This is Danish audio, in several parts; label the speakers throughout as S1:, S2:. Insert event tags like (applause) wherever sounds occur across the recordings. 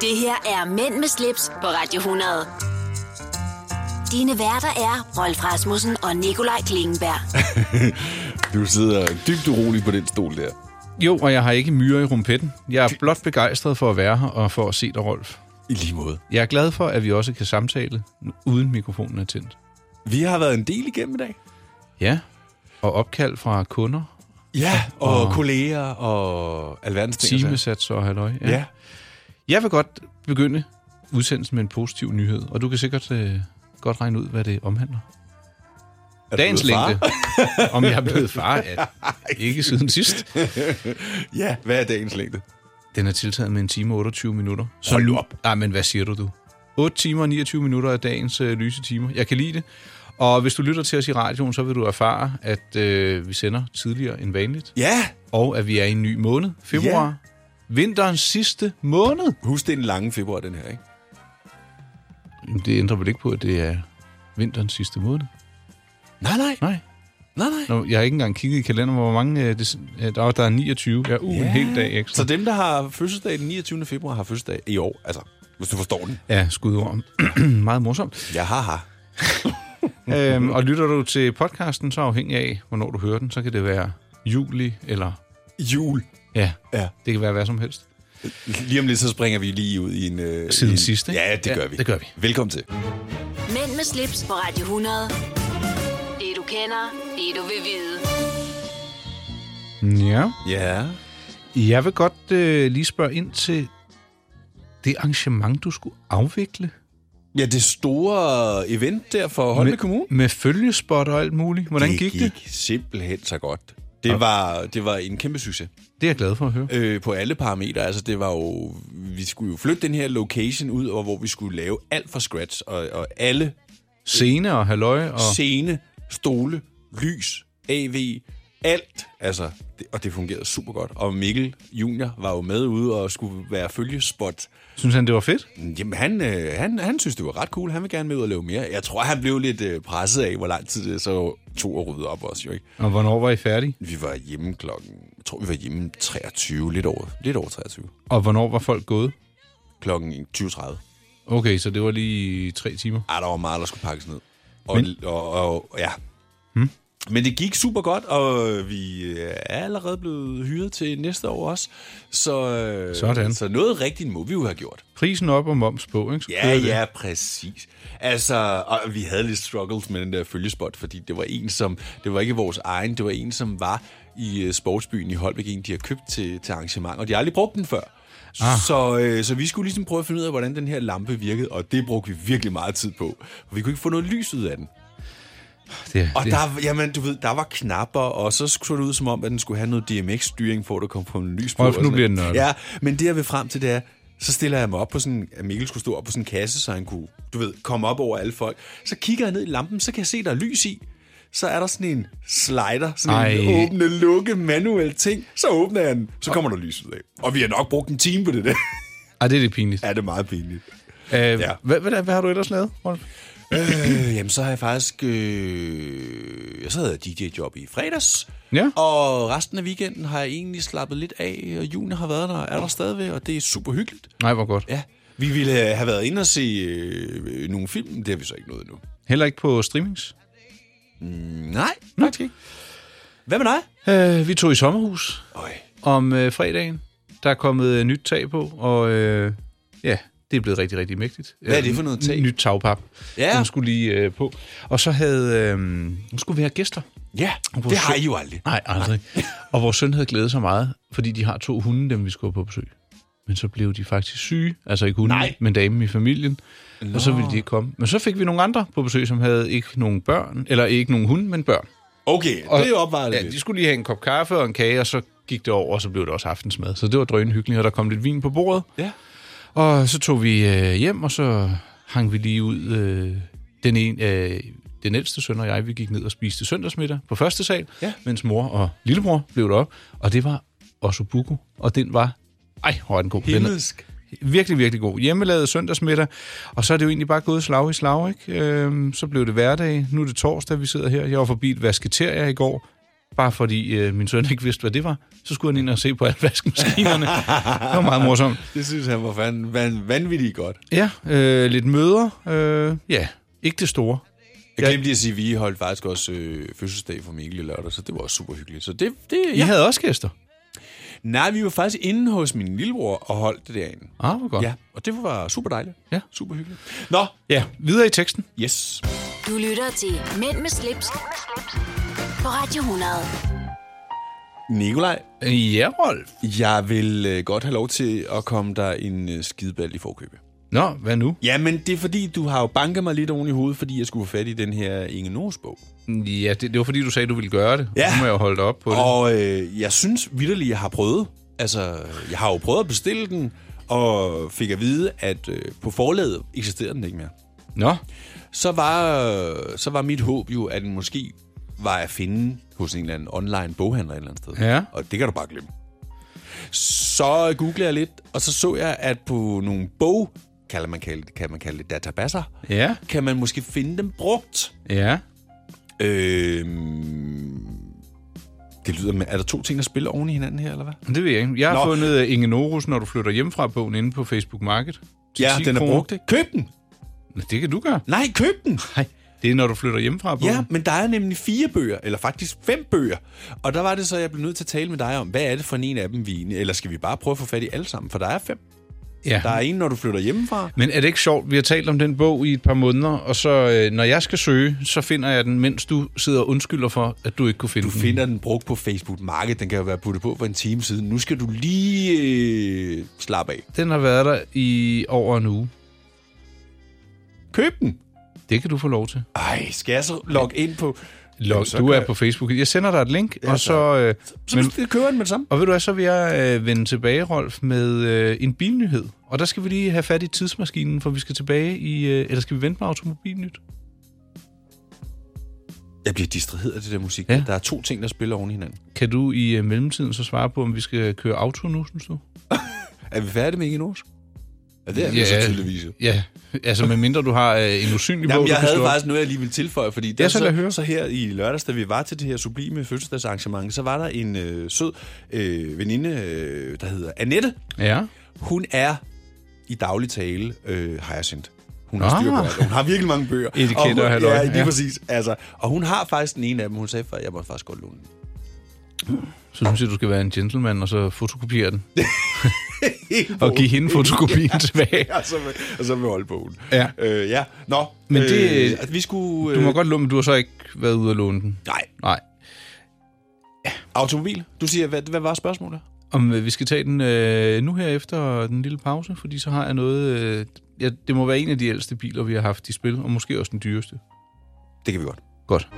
S1: Det her er Mænd med slips på Radio 100. Dine værter er Rolf Rasmussen og Nikolaj Klingenberg.
S2: Du sidder dybt urolig på den stol der.
S3: Jo, og jeg har ikke myre i rumpetten. Jeg er blot begejstret for at være her og for at se dig, Rolf.
S2: I lige måde.
S3: Jeg er glad for, at vi også kan samtale, uden mikrofonen er tændt.
S2: Vi har været en del igennem i dag.
S3: Ja, og opkald fra kunder,
S2: Ja, og oh. kolleger og alverdens ting. og sager.
S3: timesats og halløj.
S2: Ja.
S3: Jeg vil godt begynde udsendelsen med en positiv nyhed, og du kan sikkert øh, godt regne ud, hvad det omhandler.
S2: Er du
S3: Dagens
S2: blevet far?
S3: længde.
S2: (laughs)
S3: Om jeg er blevet far? Ja, ikke siden sidst.
S2: Ja, hvad er dagens længde?
S3: Den er tiltaget med en time og 28 minutter. Så
S2: Hold
S3: nu-
S2: op.
S3: Ej, men hvad siger du, du? 8 timer og 29 minutter af dagens øh, lyse timer. Jeg kan lide det. Og hvis du lytter til os i radioen, så vil du erfare, at øh, vi sender tidligere end vanligt.
S2: Ja,
S3: Og at vi er i en ny måned, februar. Vinterens sidste måned.
S2: husk det er en lang februar, den her, ikke?
S3: Jamen, Det ændrer vel ikke på, at det er vinterens sidste måned?
S2: Nej, nej,
S3: Nej.
S2: nej, nej.
S3: Nå, jeg har ikke engang kigget i kalenderen, hvor mange... Øh, det, øh, der, er- der er 29. Ja, uh, en hel dag ekstra.
S2: Så dem, der har fødselsdag den 29. februar, har fødselsdag i år. Altså, hvis du forstår den.
S3: Ja, skudord. (clears throat) Meget morsomt.
S2: Ja, haha.
S3: øhm, og lytter du til podcasten, så afhængig af, hvornår du hører den, så kan det være juli, eller
S2: Jul.
S3: ja,
S2: Ja.
S3: det kan være hvad som helst.
S2: Lige om lidt, så springer vi lige ud i en... Øh,
S3: Siden
S2: i en,
S3: sidst, ikke?
S2: Ja, det
S3: Ja,
S2: gør vi.
S3: det gør vi.
S2: Velkommen til.
S1: Mænd med slips på Radio 100. Det du kender, det du vil vide.
S3: Ja.
S2: Ja.
S3: Jeg vil godt øh, lige spørge ind til det arrangement, du skulle afvikle.
S2: Ja, det store event der for Holme
S3: med,
S2: Kommune.
S3: Med følgespot og alt muligt. Hvordan det gik, gik det?
S2: gik simpelthen så godt. Det var, det var en kæmpe succes
S3: Det er jeg glad for at høre.
S2: øh, på alle parametre. Altså, det var jo, vi skulle jo flytte den her location ud, og hvor vi skulle lave alt fra scratch, og, og alle
S3: Scene og halløj og...
S2: scene, stole, lys, AV, alt. Altså, det, og det fungerede super godt. Og Mikkel Junior var jo med ude og skulle være følgespot.
S3: Synes han, det var fedt?
S2: Jamen, han, øh, han, han synes, det var ret cool. Han vil gerne med ud og lave mere. Jeg tror, han blev lidt øh, presset af, hvor lang tid det så tog at rydde op også, jo ikke?
S3: Og hvornår var I færdige?
S2: Vi var hjemme klokken, jeg tror vi var hjemme 23, lidt over, lidt over 23.
S3: Og hvornår var folk gået?
S2: Klokken 20.30.
S3: Okay, så det var lige tre timer.
S2: Ej, der var meget, der skulle pakkes ned. Og, Men... og, og, og ja. Hmm? Men det gik super godt, og vi øh, er allerede blevet hyret til næste år også. Så, øh,
S3: Sådan.
S2: så noget rigtigt må vi jo have gjort.
S3: Prisen op og moms på, ikke? Så
S2: Ja,
S3: kører det.
S2: ja, præcis. Altså, og vi havde lidt struggles med den der følgespot, fordi det var en, som, det var ikke vores egen, det var en, som var i øh, sportsbyen i Holbæk, en, de har købt til, til arrangement, og de har aldrig brugt den før. Ah. Så, øh, så vi skulle ligesom prøve at finde ud af, hvordan den her lampe virkede, og det brugte vi virkelig meget tid på. For vi kunne ikke få noget lys ud af den.
S3: Det,
S2: Og
S3: det,
S2: der, jamen, du ved, der var knapper, og så så det ud som om, at den skulle have noget DMX-styring, for at der kom på en lys på.
S3: Rolf,
S2: og
S3: nu
S2: sådan
S3: bliver
S2: noget.
S3: den nørdet.
S2: Ja, men det jeg vil frem til, det er, så stiller jeg mig op på sådan, at Mikkel skulle stå op på sådan en kasse, så han kunne, du ved, komme op over alle folk. Så kigger jeg ned i lampen, så kan jeg se, der er lys i. Så er der sådan en slider, sådan Ej.
S3: Ej.
S2: en åbne, lukke, manuel ting. Så åbner jeg den, så kommer der lys ud af. Og vi har nok brugt en time på
S3: (laughs)
S2: det der.
S3: Ej, det er lidt pinligt.
S2: ja, det er meget pinligt.
S3: Øh, ja.
S2: Ja.
S3: hvad, hvad, hvad har du ellers lavet, Rolf?
S2: Øh, jamen, så har jeg faktisk... Øh, jeg så havde jeg DJ-job i fredags.
S3: Ja.
S2: Og resten af weekenden har jeg egentlig slappet lidt af, og June har været der og er der stadigvæk, og det er super hyggeligt.
S3: Nej, hvor godt. Ja.
S2: Ja. Vi ville øh, have været inde og se øh, nogle film, det har vi så ikke nået endnu.
S3: Heller ikke på streamings?
S2: Nej, faktisk ikke. Hvad med dig?
S3: Øh, vi tog i sommerhus
S2: Øj.
S3: om øh, fredagen. Der er kommet øh, nyt tag på, og øh, ja, det er blevet rigtig, rigtig mægtigt.
S2: Hvad er det for noget tag?
S3: Nyt tagpap.
S2: Ja.
S3: Den skulle lige øh, på. Og så havde, øh, nu skulle vi have gæster.
S2: Ja,
S3: Hvor
S2: det har
S3: sødt.
S2: I jo aldrig.
S3: Nej, aldrig.
S2: (laughs)
S3: og vores søn havde glædet sig meget, fordi de har to hunde, dem vi skulle på besøg. Men så blev de faktisk syge. Altså ikke hunden,
S2: Nej.
S3: men damen i familien. Nå. Og så ville de ikke komme. Men så fik vi nogle andre på besøg, som havde ikke nogen børn, eller ikke nogen hunde, men børn.
S2: Okay,
S3: Og-
S2: det opvejer det
S3: Ja, de
S2: lidt.
S3: skulle lige have en kop kaffe og en kage, og så gik det over, og så blev det også aftensmad. Så det var drønhyggeligt, og der kom lidt vin på bordet.
S2: Ja.
S3: Og så tog vi øh, hjem, og så hang vi lige ud. Øh, den, en, øh, den ældste søn og jeg, vi gik ned og spiste søndagsmiddag på første sal,
S2: Ja.
S3: mens mor og lillebror blev deroppe. Og det var Ossobuco, og den var... Ej, hvor er den god. Den er-
S2: Himmelsk.
S3: virkelig, virkelig god. Hjemmelavet søndagsmiddag, og så er det jo egentlig bare gået slag i slag, ikke? Øhm, så blev det hverdag, nu er det torsdag, vi sidder her. Jeg var forbi et vasketeria i går, Bare fordi øh, min søn ikke vidste, hvad det var, så skulle han ind og se på alle (laughs) vaskemaskinerne. det var meget morsomt.
S2: Det synes han var fan, van, vanvittigt godt.
S3: Ja, øh, lidt møder. Øh, ja, ikke det store.
S2: Jeg
S3: Ja.
S2: glemte lige at sige, at vi holdt faktisk også øh, fødselsdag for Mikkel i lørdag, så det var også super hyggeligt. Så det, det
S3: I ja.
S2: ja.
S3: havde også gæster.
S2: Nej, vi var faktisk inde hos min lillebror og holdt det derinde.
S3: Ah, hvor godt.
S2: Ja, og det var super dejligt.
S3: Ja.
S2: Super hyggeligt. Nå,
S3: ja, videre i teksten.
S2: yes.
S1: Du lytter til Mænd med slips, på Radio 100.
S2: Nikolaj,
S3: Øh, Ja, Rolf.
S2: jeg vil øh, godt have lov til at komme dig en øh, skideball i forkøbet.
S3: Nå, hvad nu?
S2: Jamen, det er fordi, du har jo banket mig lidt oven i hovedet, fordi jeg skulle få fat i den her Inge Nors bog.
S3: Ja, det, det var fordi, du sagde, du ville gøre det.
S2: Ja.
S3: Nu må jeg jo holde dig op på det.
S2: Og øh, jeg synes vidderligt, jeg har prøvet. Altså, jeg har jo prøvet at bestille den, og fik at vide, at øh, på forlaget eksisterede den ikke mere.
S3: Nå,
S2: Så var, øh, så var mit håb jo, at den måske var at finde hos en eller anden online boghandler et eller andet sted.
S3: Ja.
S2: Og det kan du bare glemme. Så googlede jeg lidt, og så så jeg, at på nogle bog, kan man kalde det, kan man kalde det databaser,
S3: ja,
S2: kan man måske finde dem brugt.
S3: ja.
S2: Øhm, det lyder med, er der to ting, der spiller oven i hinanden her, eller hvad?
S3: Det ved jeg ikke. Jeg har Nå.
S2: Nå.
S3: fundet øh, Inge Norus, når du flytter hjemmefra bogen inde på Facebook Market. Til 10 kroner.
S2: ikke? Køb den!
S3: Nå, Det kan du gøre.
S2: Nej, køb den!
S3: Nej, det er, når du flytter hjemmefra bogen.
S2: Ja, men der er nemlig fire bøger, eller faktisk fem bøger. Og der var det så, jeg blev nødt til at tale med dig om, hvad er det for en af dem, vi... Eller skal vi bare prøve at få fat i alle sammen? For der er fem.
S3: ja.
S2: Der er en, når du flytter hjemmefra.
S3: Men er det ikke sjovt? Vi har talt om den bog i et par måneder, og så øh, når jeg skal søge, så finder jeg den, mens du sidder og undskylder for, at du ikke kunne finde
S2: Du
S3: den.
S2: finder den brugt på Facebook Market. Den kan jo være puttet på for en time siden. Nu skal du lige øh, slappe af.
S3: Den har været der i over en uge.
S2: Køb den!
S3: Det kan du få lov til.
S2: Ej, skal jeg så logge ind på...
S3: Log,
S2: så
S3: du
S2: kan
S3: er
S2: jeg-
S3: på Facebook. Jeg sender dig et link, ja, og
S2: tak.
S3: så... Øh,
S2: Så
S3: men,
S2: men... køber jeg den med det samme.
S3: og ved du hvad, så vil jeg øh, vende tilbage, Rolf, med øh, en bilnyhed. Og der skal vi lige have fat i tidsmaskinen, for vi skal tilbage i... Øh, eller skal vi vente på automobilnyt?
S2: Jeg bliver distraheret af det der musik.
S3: Ja.
S2: Ja. Der er to ting, der spiller oven i hinanden.
S3: Kan du i øh, mellemtiden så svare på, om vi skal køre auto nu, synes du?
S2: Er vi færdige med Inge Nors? Ja, det er vi
S3: Ja.
S2: så tydeligvis. jo.
S3: Ja, altså medmindre du har øh, en usynlig bog,
S2: Jamen,
S3: du
S2: jeg
S3: kan
S2: havde
S3: slå op.
S2: faktisk noget, jeg lige ville tilføje, fordi
S3: Ja,
S2: der,
S3: så lad høre.
S2: så her i lørdags, da vi var til det her sublime fødselsdagsarrangement, så var der en øh, sød øh, veninde, øh, der hedder Annette.
S3: Ja.
S2: Hun er i daglig tale øh, hyacinth. Hun har styr på
S3: Ah.
S2: alt. Hun har virkelig mange bøger.
S3: (laughs) Etiketter
S2: hun,
S3: og halløj.
S2: Ja, lige
S3: Ja.
S2: ja. præcis. Altså, og hun har faktisk den ene af dem. Hun sagde, at jeg må faktisk godt låne den.
S3: Så synes jeg, du skal være en gentleman, og så fotokopiere den. Og give hende
S2: (laughs)
S3: fotokopien tilbage.
S2: Og så med, og så med Aalbogen.
S3: Ja.
S2: Øh, ja. Nå,
S3: Men det-
S2: øh, at vi skulle...
S3: Du
S2: Øh,
S3: må godt låne, men du har så ikke været ude og låne den.
S2: Nej,
S3: Nej.
S2: automobil. Du siger, hvad, hvad var spørgsmålet?
S3: Om øh, vi skal tage den øh, nu her efter den lille pause, fordi så har jeg noget... Øh, ja, det må være en af de ældste biler, vi har haft i spil, og måske også den dyreste.
S2: Det kan vi godt.
S3: Godt.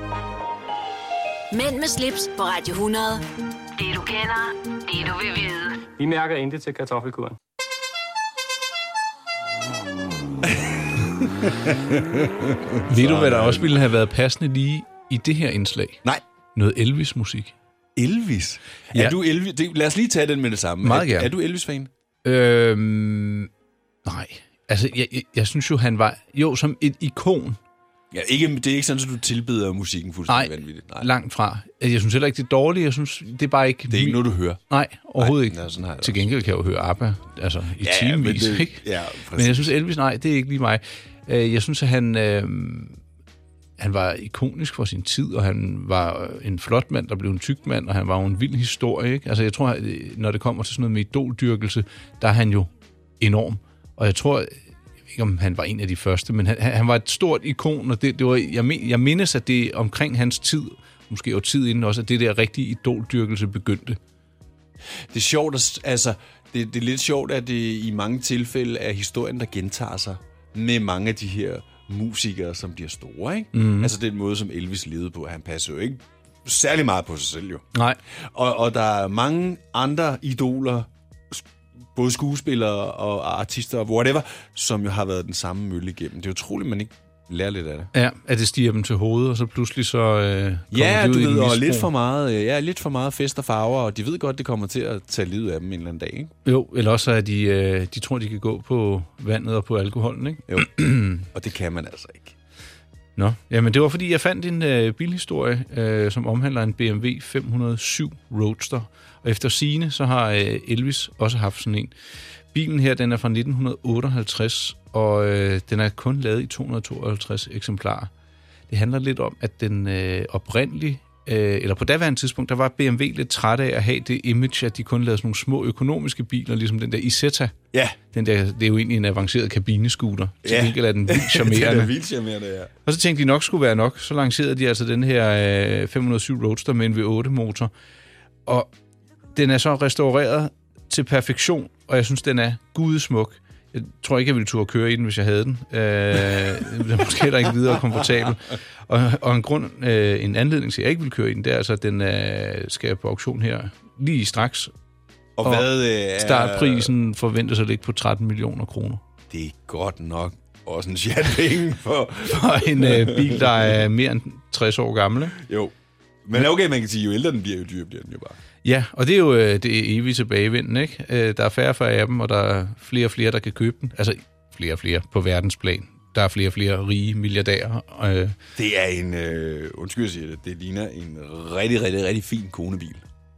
S1: Mænd med slips på Radio 100. Det du kender, det du vil vide.
S4: Vi mærker intet til kartoffelkuren.
S3: Ved du,
S2: øh,
S3: hvad der også ville have været passende lige i det her indslag?
S2: Nej,
S3: Noget Elvis-musik.
S2: Elvis.
S3: Ja.
S2: Ja. Er du Elvis? Det, lad os lige tage den med det samme.
S3: Meget
S2: er,
S3: gerne.
S2: Er du Elvis-fan?
S3: Øhm, nej. Altså, jeg, jeg, jeg synes jo, han var... Jo, som et ikon
S2: Ja, ikke, det er ikke sådan, at du tilbeder musikken fuldstændig
S3: Nej.
S2: vanvittigt. Nej,
S3: Langt fra. Jeg synes heller ikke, det er dårligt. Jeg synes, det er bare ikke...
S2: det er ikke noget, du hører.
S3: Nej, overhovedet
S2: Nej,
S3: ikke.
S2: sådan har jeg det
S3: Til gengæld kan jeg jo høre ABBA altså, i ja, timevis,
S2: men det,
S3: ikke?
S2: Ja,
S3: Men
S2: præcis.
S3: jeg synes, Elvis, nej, det er ikke lige mig. Øh, Jeg synes, at han, øh, han var ikonisk for sin tid, og han var øh, en flot mand, der blev en tyk mand, og han var jo en vild historie, ikke? Altså, jeg tror, at, øh, når det kommer til sådan noget med idoldyrkelse, der er han jo enorm. Og jeg tror, jeg ved ikke, om han var en af de første, men han, han han var et stort ikon, og det, det var, jeg, men, jeg mindes, at det omkring hans tid, måske jo tid inden også, at det der rigtige idoldyrkelse begyndte.
S2: Det er sjovt, at, s- altså, det, det er lidt sjovt, at det i mange tilfælde er historien, der gentager sig med mange af de her musikere, som bliver store, ikke?
S3: Mhm.
S2: Mm. Altså den måde, som Elvis levede på. Han passer jo ikke særlig meget på sig selv, jo.
S3: Nej.
S2: Og, og der er mange andre idoler, s- både skuespillere og artister og whatever, som jo har været den samme mølle igennem. Det er utroligt, man ikke lærer lidt af det.
S3: Ja, at det stiger dem til hovedet, og så pludselig så øh, kommer
S2: Ja,
S3: de ud
S2: du
S3: i et
S2: ved, og
S3: misbrug.
S2: lidt for meget, øh, ja, lidt for meget fest og farver, og de ved godt, det kommer til at tage livet af dem en eller anden dag, ikke?
S3: Jo, eller også er de, øh, de tror, de kan gå på vandet og på alkoholen, ikke?
S2: Jo. og det kan man altså ikke.
S3: Nå, jamen det var fordi, jeg fandt en øh, bilhistorie, øh, som omhandler en BMW 507 Roadster. Og efter sine så har øh, Elvis også haft sådan en. Bilen her, den er fra 1958, og øh, den er kun lavet i 252 eksemplarer. Det handler lidt om, at den øh, oprindelige, øh, eller på daværende tidspunkt, der var BMW lidt træt af at have det image, at de kun lavede sådan nogle små økonomiske biler, ligesom den der Isetta.
S2: Ja,
S3: Den der, det er jo egentlig en avanceret kabinescooter. Til
S2: Ja.
S3: gengæld er den vildt
S2: (laughs) det er da
S3: charmerende.
S2: vildt charmerende, ja.
S3: Og så tænkte de nok skulle være nok. Så lancerede de altså den her øh, 507 Roadster med en V8-motor. Og den er så restaureret til perfektion, og jeg synes, den er gudesmuk. Jeg tror ikke, jeg ville turde køre i den, hvis jeg havde den. Øh, (laughs) den er måske heller ikke videre komfortabel. Og, og en, grund, øh, en anledning til, at jeg ikke vil køre i den, det er altså, at den øh, skal på auktion her lige straks.
S2: Og,
S3: Og
S2: hvad øh, er...
S3: Startprisen forventes at ligge på 13 millioner kroner.
S2: Det er godt nok også en chat penge for...
S3: Og en øh, bil, der er mere end 60 år gammel. Ikke?
S2: Jo. Men okay, man kan sige, jo ældre den bliver, jo dyrere bliver den jo bare.
S3: Ja, og det er jo øh, det er evige tilbagevinden, ikke? Øh, Der er færre og færre af dem, og der er flere og flere, der kan købe den. Altså flere og flere på verdensplan. Der er flere og flere rige milliardærer. Øh,
S2: Det er en, øh, undskyld jeg siger det, det ligner en rigtig, rigtig, rigtig fin konebil.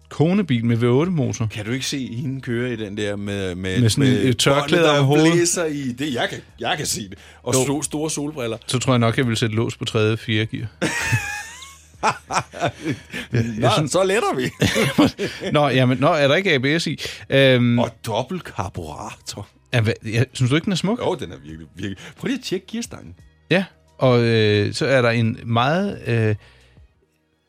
S3: konebil med V8-motor.
S2: Kan du ikke se hende køre i den der med,
S3: Med sådan et tørklæde
S2: båndet,
S3: om
S2: der
S3: hovedet?
S2: blæser i? Det, jeg, kan, jeg kan se det. Og
S3: Jo.
S2: so, store solbriller.
S3: Så tror jeg nok, jeg vil sætte lås på tredje fire (laughs) gear.
S2: Nå, så letter vi.
S3: Nå, jamen, nå, er der ikke ABS i?
S2: (laughs)
S3: Øhm,
S2: og dobbelt karburator.
S3: er, hvad, jeg, synes du ikke, den er smuk?
S2: Jo, den er virkelig, virkelig. Prøv lige at tjekke gearstangen.
S3: Ja, og øh, så er der en meget øh,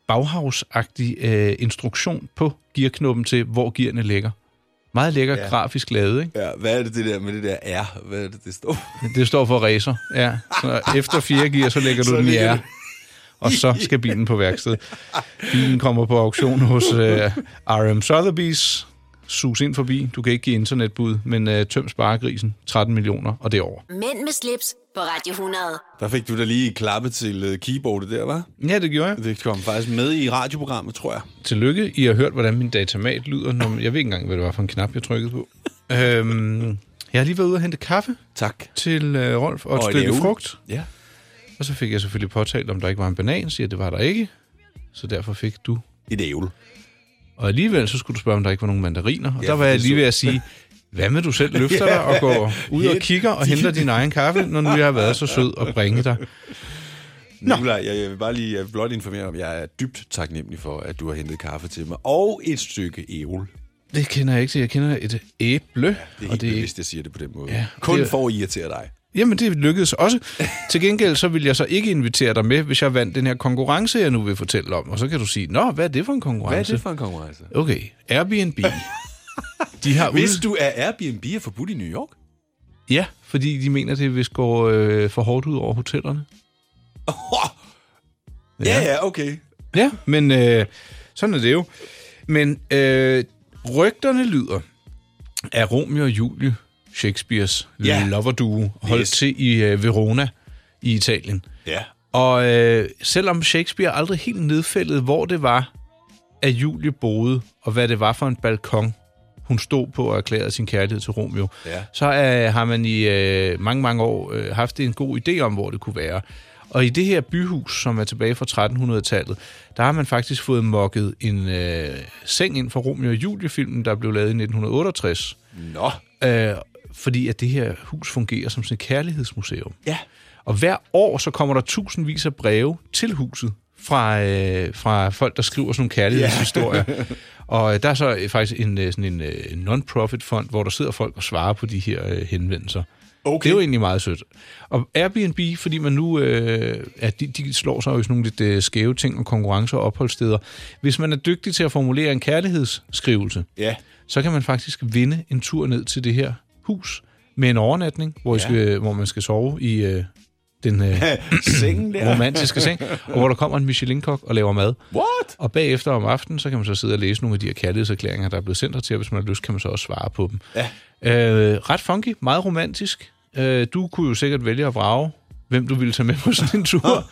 S3: baghavsagtig øh, instruktion på gearknoppen til, hvor gearne ligger. Meget lækker
S2: Ja.
S3: ja. grafisk lavet, ikke?
S2: Ja, hvad er det, det der med det der R? Hvad er det, det står?
S3: Det står for racer, ja. Så efter fire gear, så
S2: (laughs)
S3: lægger
S2: Så
S3: du den i
S2: ligger
S3: R.
S2: den-
S3: Og så skal bilen på værksted. Bilen kommer på auktion hos øh, RM Sotheby's. Sus ind forbi. Du kan ikke give internetbud, men øh, tøm sparegrisen. 13 millioner, og det er over.
S1: Mænd med slips på Radio 100.
S2: Der fik du da lige klappet til øh, keyboardet der, var?
S3: Ja, det gjorde jeg.
S2: Det kom faktisk med i radioprogrammet, tror jeg.
S3: Tillykke, I har hørt, hvordan min datamat lyder. Når man, jeg ved ikke engang, hvad det var for en knap, jeg trykkede på. Øhm, jeg har lige været ude og hente kaffe
S2: Tak.
S3: til øh, Rolf og et
S2: Og
S3: og
S2: en
S3: stykke
S2: æble.
S3: frugt.
S2: Ja.
S3: Og så fik jeg selvfølgelig påtalt, om der ikke var en banan. Siger, det var der ikke. Så derfor fik du
S2: Et ævle.
S3: Og alligevel så skulle du spørge, om der ikke var nogen mandariner. Og
S2: Ja,
S3: ja, der var jeg
S2: det
S3: lige
S2: så-
S3: ved at sige, hvad med du selv
S2: (laughs)
S3: løfter dig og går ud og
S2: Helt-
S3: kigger og henter din egen kaffe, når nu jeg har været så sød og bringe dig.
S2: Nå. Nicolaj, jeg, jeg vil bare lige jeg vil blot informere om, at jeg er dybt taknemmelig for, at du har hentet kaffe til mig. Og et stykke ævle.
S3: Det kender jeg ikke til. Jeg kender et æble.
S2: Det
S3: Ja,
S2: er helt det... bevidst, jeg siger det på den måde. Ja,
S3: Ja,
S2: Kun
S3: det
S2: det...
S3: er-
S2: for at irritere dig.
S3: Jamen, det lykkedes (laughs) også. Til gengæld så vil jeg så ikke invitere dig med, hvis jeg vandt den her konkurrence, jeg nu vil fortælle om. Og så kan du sige, nå, hvad er det for en konkurrence?
S2: for en konkurrence?
S3: Okay, (laughs) Airbnb. De har
S2: Hvis
S3: ud...
S2: du er Airbnb er forbudt i New York?
S3: Ja, fordi de mener, det vil gå øh, for hårdt ud over hotellerne.
S2: Ja, ja, okay.
S3: Ja, men øh, sådan er det jo. Men øh, rygterne lyder, at Romeo og Julie, Shakespeare's
S2: Ja.
S3: ja. loverduo, holdt
S2: Yes.
S3: yes. til i øh, Verona i Italien.
S2: Ja.
S3: Og øh, selvom Shakespeare aldrig helt nedfældede, hvor det var, at Julie boede, og hvad det var for en balkon, hun stod på og erklærede sin kærlighed til Romeo,
S2: Ja.
S3: så øh, har man i øh, mange, mange år øh, haft en god idé om, hvor det kunne være. Og i det her byhus, som er tilbage fra 1300-tallet, der har man faktisk fået mokket en øh, seng ind fra Romeo og Julie-filmen, der blev lavet i 1968.
S2: Nå.
S3: Øh, fordi at det her hus fungerer som sådan et kærlighedsmuseum.
S2: Ja.
S3: Og hver år, så kommer der tusindvis af breve til huset fra, øh, fra folk, der skriver sådan nogle kærlighedshistorier. og øh, der er så øh, faktisk en, øh, sådan en øh, non-profit fond, hvor der sidder folk og svarer på de her øh, henvendelser.
S2: Okay.
S3: Det er jo egentlig meget sødt. Og Airbnb, fordi man nu, øh, at de, de slår sig jo i sådan nogle lidt øh, skæve ting og konkurrencer og opholdssteder. Hvis man er dygtig til at formulere en kærlighedsskrivelse,
S2: Ja.
S3: så kan man faktisk vinde en tur ned til det her hus med en overnatning, hvor, ja. skal, hvor man skal sove i øh, den
S2: (laughs)
S3: øh,
S2: Sengen der.
S3: romantiske seng, og hvor der kommer en Michelin-kok og laver mad.
S2: What?
S3: Og bagefter om aftenen, så kan man så sidde og læse nogle af de her kærlighedserklæringer, der er blevet sendt til, og hvis man har lyst, kan man så også svare på dem.
S2: Ja.
S3: Øh, ret funky, meget romantisk. Øh, du kunne jo sikkert vælge at vrage, hvem du ville tage med på sådan en
S2: (laughs)
S3: tur,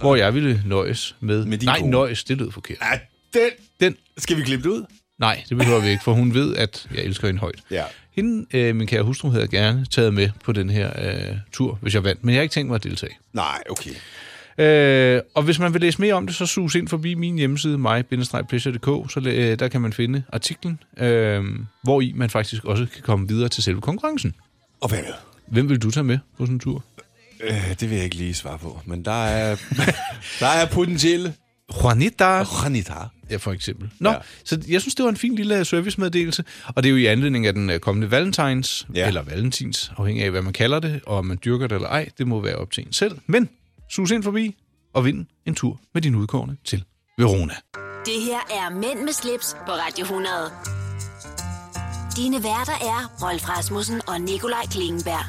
S3: hvor jeg ville nøjes med...
S2: Med din
S3: Nej,
S2: kone.
S3: nøjes, det lød forkert.
S2: Ja, den...
S3: Den,
S2: Skal vi klippe det ud?
S3: nej, det behøver vi ikke, for hun ved, at jeg elsker hende højt.
S2: Ja.
S3: Hende, øh, min kære hustru, havde jeg gerne taget med på den her øh, tur, hvis jeg vandt, men jeg har ikke tænkt mig at deltage.
S2: Nej, okay.
S3: Øh, og hvis man vil læse mere om det, så sus ind forbi min hjemmeside, mig så øh, der kan man finde artiklen, øh, hvor i man faktisk også kan komme videre til selve konkurrencen.
S2: Og hvad er
S3: Hvem vil du tage med på sådan en tur?
S2: Øh, det vil jeg ikke lige svare på, men der (laughs) er, der er potentielle
S3: Juanita.
S2: granitar.
S3: Ja, for eksempel. Nå,
S2: Ja.
S3: ja. så jeg synes, det var en fin lille servicemeddelelse, og det er jo i anledning af den øh, kommende valentines,
S2: Ja.
S3: ja. eller valentins, afhængig af, hvad man kalder det, og om man dyrker det eller ej, det må være op til en selv. Men sus ind forbi og vind en tur med din udkårne til Verona.
S1: Det her er Mænd med slips på Radio 100. Dine værter er Rolf Rasmussen og Nikolaj Klingenberg.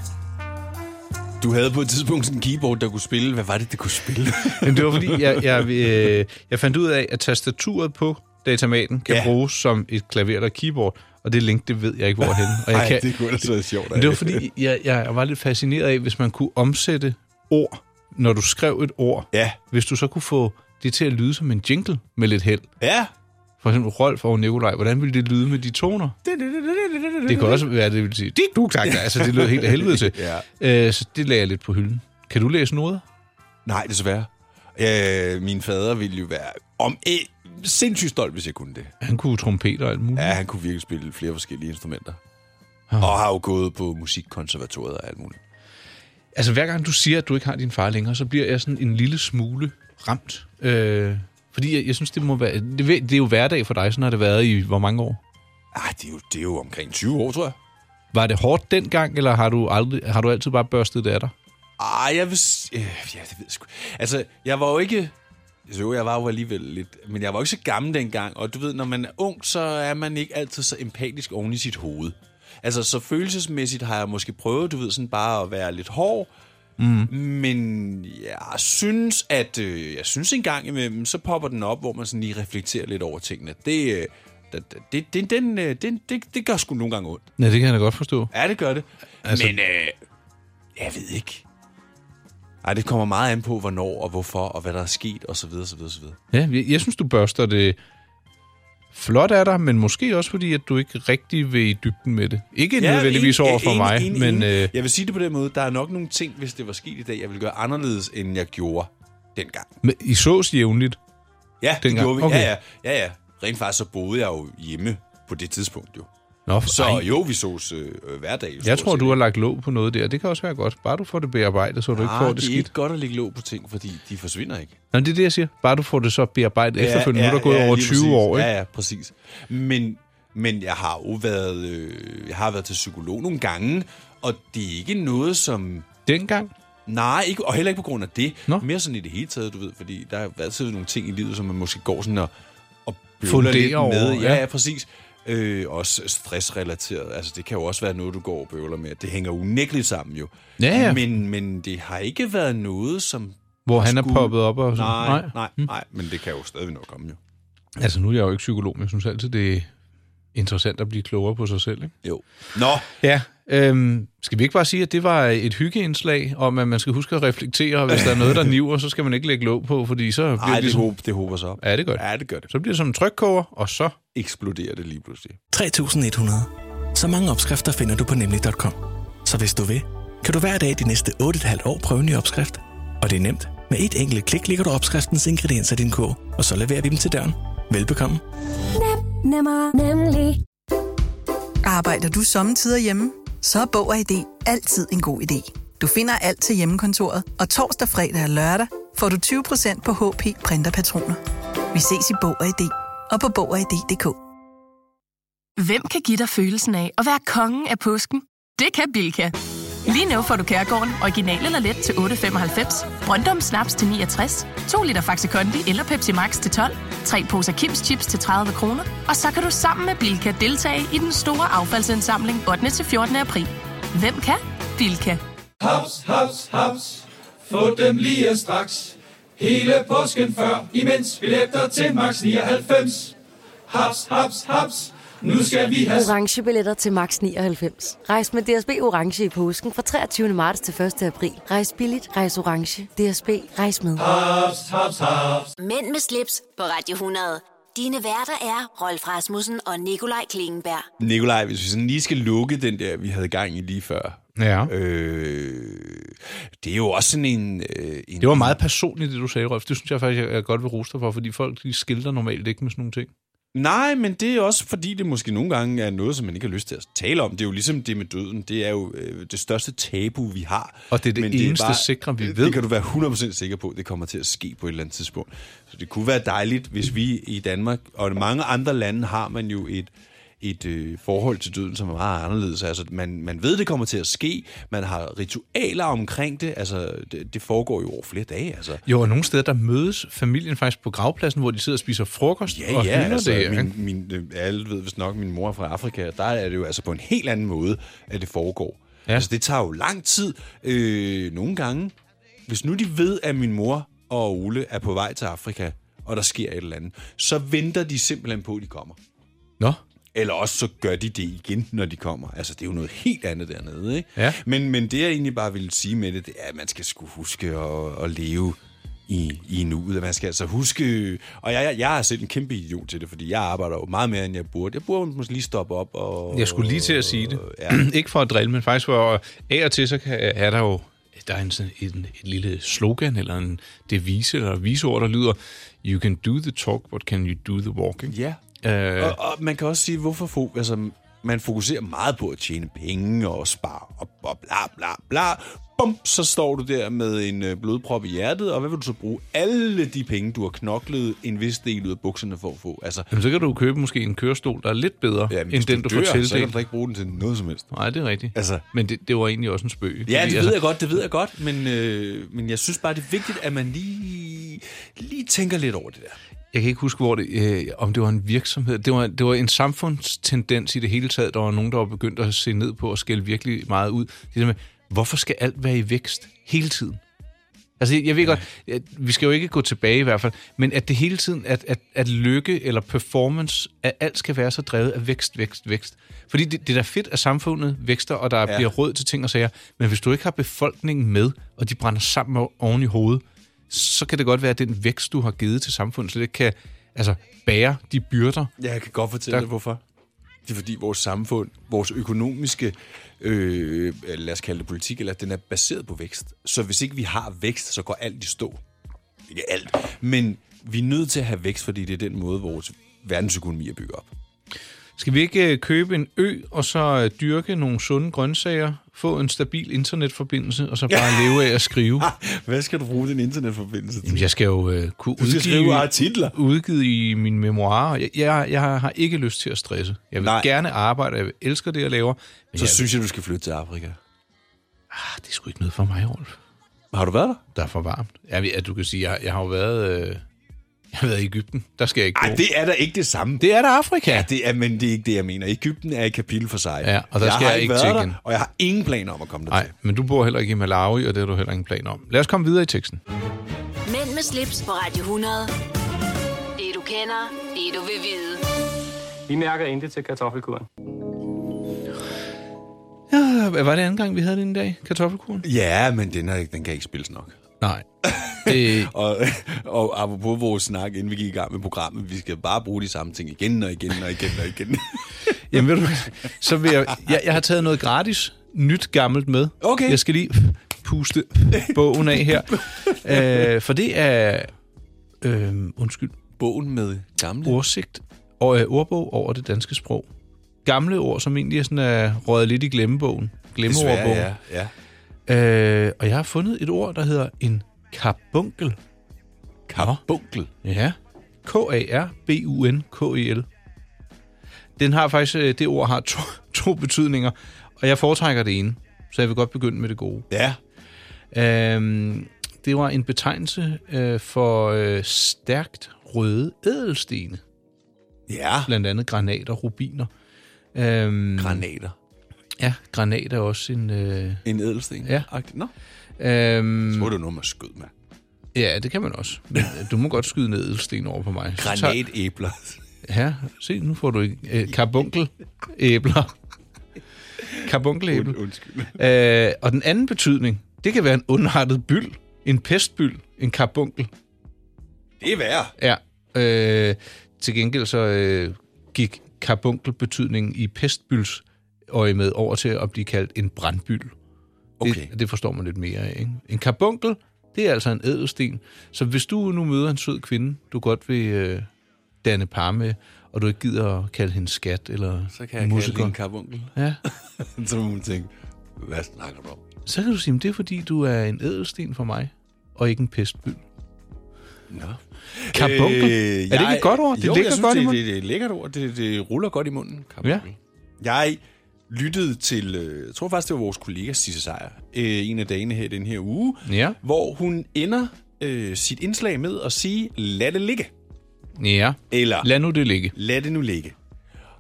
S2: Du havde på et tidspunkt sådan en keyboard, der kunne spille. Hvad var det, det kunne spille?
S3: Men det var fordi, jeg, jeg, øh, jeg fandt ud af, at tastaturet på datamaten kan
S2: Ja.
S3: ja. bruges som et klaver eller keyboard, og det link, det ved jeg ikke, hvor hen. (laughs) Og jeg
S2: Ej,
S3: kan,
S2: det kunne ellers være sjovt.
S3: Men det var fordi, jeg, jeg var lidt fascineret af, hvis man kunne omsætte ord, når du skrev et ord,
S2: Ja.
S3: hvis du så kunne få det til at lyde som en jingle med lidt held.
S2: Ja.
S3: For eksempel Rolf og Nikolaj, hvordan ville det lyde med de toner? Det kunne også være, at det ville sige, dik du tak, altså det lød helt af helvede (laughs) til. Øh, så det lagde jeg lidt på hylden. Kan du læse noget?
S2: Nej, desværre. Øh, min fader ville jo være om æ, sindssygt stolt, hvis jeg kunne det.
S3: Han kunne trompeter og alt muligt.
S2: Ja, han kunne virkelig spille flere forskellige instrumenter. Og har jo gået på musikkonservatoriet og alt muligt.
S3: Altså hver gang du siger, at du ikke har din far længere, så bliver jeg sådan en lille smule ramt. Øh, fordi jeg, jeg synes, det må være... Det, det er jo hverdag for dig, sådan har det været i hvor mange år?
S2: Ah, det er, jo, det er jo omkring 20 år, tror jeg.
S3: Var det hårdt dengang, eller har du, aldrig, har du altid bare børstet det af dig?
S2: Ah, jeg vil... s- Øh, ja, det ved jeg sgu. Altså, jeg var jo ikke... Altså, jo, jeg var jo alligevel lidt... Men jeg var jo ikke så gammel dengang, og du ved, når man er ung, så er man ikke altid så empatisk oven i sit hoved. Altså, så følelsesmæssigt har jeg måske prøvet, du ved, sådan bare at være lidt hård, men jeg synes, at øh, jeg synes en gang imellem, så popper den op, hvor man sådan lige reflekterer lidt over tingene. Det, øh, da- da- det, det, den, øh, den, det, det gør sgu nogle gange ondt.
S3: Ja, det kan jeg da godt forstå.
S2: Ja, det gør det. Altså... Men øh, jeg ved ikke. Ej, det kommer meget an på, hvornår og hvorfor, og hvad der er sket, og så videre, så videre, så videre.
S3: Ja, jeg, jeg synes, du børster det flot af dig, men måske også fordi, at du ikke rigtig vil i dybden med det. Ikke ja, nødvendigvis
S2: enig,
S3: over for
S2: enig,
S3: mig,
S2: enig,
S3: men
S2: enig.
S3: øh,
S2: Jeg vil sige det på den måde, der er nok nogle ting, hvis det var sket i dag, jeg ville gøre anderledes, end jeg gjorde dengang.
S3: men I sås jævnligt.
S2: Ja, det
S3: Dengang,
S2: gjorde vi.
S3: okay.
S2: Ja, ja, ja, ja. Rent faktisk, så boede jeg jo hjemme på det tidspunkt jo.
S3: Nå, for,
S2: Så
S3: ej,
S2: jo, vi sås øh, hver dag.
S3: jeg tror, du har lagt låg på noget der. Det kan også være godt. Bare du får det bearbejdet, så du ikke får
S2: ah,
S3: det,
S2: det er
S3: skidt.
S2: ikke godt at lægge låg på ting, fordi de forsvinder ikke.
S3: Nå, det er det, jeg siger. Bare du får det så bearbejdet ja, efterfølgende. Ja, nu er der gået over
S2: lige
S3: 20
S2: præcis.
S3: år, ikke?
S2: Ja, ja, præcis. Men, men jeg har jo været, øh, jeg har været til psykolog nogle gange, og det er ikke noget, som...
S3: Dengang?
S2: Nej, ikke, og heller ikke på grund af det.
S3: Nå.
S2: Mere sådan i det hele taget, du ved, fordi der har været sådan nogle ting i livet, som man måske går sådan og, og bøvler
S3: Funderer
S2: lidt med.
S3: over,
S2: Ja,
S3: ja.
S2: ja, præcis. Øh, også stressrelateret. Altså, det kan jo også være noget, du går og bøvler med. Det hænger unægteligt sammen jo.
S3: Ja, ja.
S2: Men, men det har ikke været noget, som...
S3: Hvor han
S2: Skulle-
S3: er poppet op og sådan.
S2: Nej, nej,
S3: Hm.
S2: nej, nej. Men det kan jo stadigvæk nok komme jo.
S3: Altså, nu er jeg jo ikke psykolog, men jeg synes altid, det er interessant at blive klogere på sig selv, ikke?
S2: Jo. Nå,
S3: Ja, øhm, skal vi ikke bare sige, at det var et hyggeindslag om, at man skal huske at reflektere, og hvis der er noget, der niver, så skal man ikke lægge låg på, fordi så bliver
S2: Ej, det,
S3: det ligesom...
S2: hob, det hober sig op.
S3: Ja, det gør det.
S2: Ja, det gør det.
S3: Så bliver det som en trykkoger, og så...
S2: Eksploderer det lige pludselig.
S5: 3100. Så mange opskrifter finder du på nemlig.com. Så hvis du vil, kan du hver dag de næste 8,5 år prøve en ny opskrift. Og det er nemt. Med et enkelt klik ligger du opskriftens ingredienser i din kog, og så leverer vi dem til døren. Velbekomme.
S6: Nemmer, nemlig.
S7: Arbejder du sommetider hjemme? Så er Bog og ID altid en god idé. Du finder alt til hjemmekontoret, og torsdag, fredag og lørdag får du 20% på HP Printerpatroner. Vi ses i Bog og ID og på Bog og ID.dk.
S8: Hvem kan give dig følelsen af at være kongen af påsken? Det kan Bilka! Lige nu får du Kærgården original eller let til 8.95, Brøndum Snaps til 69, 2 liter Faxi Kondi eller Pepsi Max til 12, 3 poser Kims Chips til 30 kroner, og så kan du sammen med Bilka deltage i den store affaldsindsamling 8. til 14. april. Hvem kan? Bilka.
S9: Haps, haps, haps. Få dem lige straks. Hele påsken før, imens billetter til max 99. Haps, haps, haps. Nu skal vi have
S6: Orange billetter til max 99. Rejs med DSB Orange i påsken fra 23. marts til 1. april. Rejs billigt, rejs orange. DSB, rejs med.
S9: haps, haps, haps.
S1: Mænd med slips på Radio 100. Dine værter er Rolf Rasmussen og Nikolaj Klingenberg.
S2: Nikolaj, hvis vi sådan lige skal lukke den der, vi havde gang i lige før.
S3: Ja.
S2: Øh, Det er jo også sådan en... Øh, en
S3: Det var meget personligt, det du sagde, Rolf. Det synes jeg faktisk, jeg, jeg godt vil rose dig for, fordi folk de skilter normalt ikke med sådan nogle ting.
S2: Nej, men det er også fordi, det måske nogle gange er noget, som man ikke har lyst til at tale om. Det er jo ligesom det med døden. Det er jo øh, det største tabu, vi har.
S3: Og det er det eneste sikre, vi
S2: det,
S3: ved.
S2: Det kan du være 100% sikker på, det kommer til at ske på et eller andet tidspunkt. Så det kunne være dejligt, hvis vi i Danmark, og i mange andre lande har man jo et et øh, forhold til døden, som er meget anderledes. Altså, man, man ved, det kommer til at ske. Man har ritualer omkring det. Altså, det, det foregår jo over flere dage. Altså.
S3: Jo, og nogle steder, der mødes familien faktisk på gravpladsen, hvor de sidder og spiser frokost
S2: Ja,
S3: og
S2: ja,
S3: hylder
S2: altså,
S3: det. ikke?
S2: min, min, øh, alle ved vist nok, min mor er fra Afrika, og der er det jo altså på en helt anden måde, at det foregår.
S3: Ja.
S2: Ja. Altså, det tager jo lang tid. Øh, nogle gange, hvis nu de ved, at min mor og Ole er på vej til Afrika, og der sker et eller andet, så venter de simpelthen på, at de kommer.
S3: Nå,
S2: Eller også så gør de det igen, når de kommer. Altså, det er jo noget helt andet dernede, ikke?
S3: Ja.
S2: Men, men det, jeg egentlig bare ville sige med det, det er, at man skal sgu huske at, at leve i, i nuet. Og Man skal altså huske... Og jeg, jeg, jeg er selv en kæmpe idiot til det, fordi jeg arbejder jo meget mere, end jeg burde. Jeg burde måske lige stoppe op og...
S3: jeg skulle lige til at sige det.
S2: Ja.
S3: (clears throat) ikke for at drille, men faktisk for at... Af og til, så kan, er der jo der er en, sådan, en, et lille slogan, eller en devise, eller et visord, der lyder, You can do the talk, but can you do the walking?
S2: Ja.
S3: Øh,
S2: Og, og man kan også sige, hvorfor... Fo, altså, man fokuserer meget på at tjene penge og spare og, og bla bla bla. Bum, så står du der med en øh, blodprop i hjertet, og hvad vil du så bruge alle de penge, du har knoklet en vis del ud af bukserne for at få? Altså,
S3: Jamen, så kan du købe måske en kørestol, der er lidt bedre,
S2: Ja,
S3: ja,
S2: men
S3: end
S2: hvis
S3: den, du,
S2: dør,
S3: får
S2: Så kan du
S3: tildelt.
S2: da ikke bruge den til noget som helst.
S3: Nej, det er rigtigt.
S2: Altså-
S3: Men det, det var egentlig også en spøg. altså-
S2: Ja, det ved jeg godt, det ved jeg godt, men, øh, men jeg synes bare, det er vigtigt, at man lige, lige tænker lidt over det der.
S3: Jeg kan ikke huske, hvor det, øh, om det var en virksomhed. Det var, det var en samfundstendens i det hele taget. Der var nogen, der var begyndt at se ned på og skælde virkelig meget ud. Det der med, hvorfor skal alt være i vækst hele tiden? Altså, jeg, jeg ved ja. godt, at vi skal jo ikke gå tilbage i hvert fald, men at det hele tiden, at, at, at lykke eller performance, at alt skal være så drevet af vækst, vækst, vækst. Fordi det, det er da fedt, at samfundet vækster, og der ja. bliver råd til ting og sager, men hvis du ikke har befolkningen med, og de brænder sammen o- oven i hovedet, så kan det godt være, at den vækst, du har givet til samfundet, slet ikke kan altså, bære de byrder.
S2: Jeg kan godt fortælle
S3: Der-
S2: dig, hvorfor. Det er fordi vores samfund, vores økonomiske, øh, eller lad os kalde det politik, eller den er baseret på vækst. Så hvis ikke vi har vækst, så går alt i stå. Ikke alt, men vi er nødt til at have vækst, fordi det er den måde, vores verdensøkonomi er bygget op. (laughs)
S3: Skal vi ikke øh, købe en ø, og så øh, dyrke nogle sunde grøntsager, få en stabil internetforbindelse, og så bare leve af at skrive?
S2: Hvad skal du bruge din internetforbindelse til?
S3: Jamen, jeg skal jo øh, kunne
S2: Du skal
S3: udgive,
S2: skrive artikler.
S3: udgivet i mine memoirer. Jeg, jeg, jeg har ikke lyst til at stresse. Jeg vil Nej.
S2: Nej.
S3: gerne arbejde, jeg elsker det, jeg laver. Men
S2: Så
S3: jeg,
S2: synes jeg, du skal flytte til Afrika.
S3: ah, det er sgu ikke noget for mig, Rolf.
S2: Har du været der?
S3: Der er for varmt. Jeg, ved- at du kan sige, jeg, jeg har jo været, øh, jeg har været i Ægypten. Der skal jeg ikke bo.
S2: Ej, det er da ikke det samme.
S3: det er der Afrika.
S2: Ja, det er, men det er ikke det, jeg mener. Ægypten er et kapitel for sig.
S3: Ja, og der
S2: jeg
S3: skal
S2: har
S3: jeg ikke
S2: været
S3: tjekke
S2: der,
S3: ind.
S2: og jeg har ingen planer om at komme dertil.
S3: Nej, men du bor heller ikke i Malawi, og det har du heller ingen plan om. Lad os komme videre i teksten.
S1: Mænd med slips på Radio 100. Det du kender, det du vil vide.
S4: Vi mærker intet til kartoffelkuren.
S3: Ja, Øh, var det anden gang, vi havde den dag? Kartoffelkuren?
S2: Ja, men den, er, den kan ikke spilles nok.
S3: Nej. Det,
S2: Og, (laughs) og apropos vores snak, inden vi gik i gang med programmet, vi skal bare bruge de samme ting igen og igen og igen og igen.
S3: (laughs) Jamen ved du, hvad, så vil jeg, jeg, jeg har taget noget gratis, nyt gammelt med.
S2: Okay.
S3: Jeg skal lige puste bogen af her. Øh, for det er, øh, undskyld,
S2: (laughs) Bogen med gamle...
S3: ordsigt og øh, ordbog over det danske sprog. Gamle ord, som egentlig er sådan er røget lidt i glemmebogen. Glemmeordbogen.
S2: ja. ja.
S3: Øh, og jeg har fundet et ord, der hedder en karbunkel.
S2: Karbunkel.
S3: Ja. K-A-R-B-U-N-K-E-L. E Den har faktisk, øh, det ord har (laughs) to, to betydninger, og jeg foretrækker det ene, så jeg vil godt begynde med det gode.
S2: Ja.
S3: Øhm, det var en betegnelse øh, for øh, stærkt røde ædelstene,
S2: Ja.
S3: blandt andet granater og rubiner. Øhm,
S2: Granater.
S3: ja, granat er også en... Øh,
S2: En ædelsten.
S3: Ja.
S2: Agtig. Nå.
S3: øhm,
S2: Mm. Så var det jo noget, man skød med.
S3: ja, det kan man også. Men, øh, du må godt skyde en ædelsten over på mig. Så tager-
S2: (laughs) Granatæbler.
S3: Ja, se, nu får du ikke øh, karbunkelæbler. Karbunkelæbler.
S2: Und, undskyld.
S3: Øh, og den anden betydning, det kan være en ondartet byld, en pestbyld, en karbunkel.
S2: Det er værre.
S3: Ja. Øh, til gengæld så øh, gik karbunkelbetydningen i pestbyls øje med over til at blive kaldt en brandbyld.
S2: Okay.
S3: Det, det forstår man lidt mere af. Ikke? En karbunkel, det er altså en ædelsten. Så hvis du nu møder en sød kvinde, du godt vil øh, danne par med, og du ikke gider at kalde hende skat eller
S2: Så kan jeg kalde
S3: musiker,
S2: det en (laughs) karbunkel.
S3: ja,
S2: så må man tænke, hvad snakker du om?
S3: så kan du sige, at det er fordi, du er en ædelsten for mig, og ikke en pestbyld.
S2: Nå.
S3: Karbunkel? er det ikke et godt ord? Det
S2: jo,
S3: ligger
S2: Øh, jeg synes,
S3: godt i
S2: det,
S3: munden.
S2: Det, det er et lækkert ord. Det, det ruller godt i munden. Karbunkel. Ja. Jeg lyttede til, øh, jeg tror faktisk, det var vores kollega Sisse Sejer, øh, en af dagene her i den her uge,
S3: Ja.
S2: hvor hun ender øh, sit indslag med at sige, lad det ligge.
S3: Ja,
S2: Eller,
S3: lad nu det ligge.
S2: lad det nu ligge.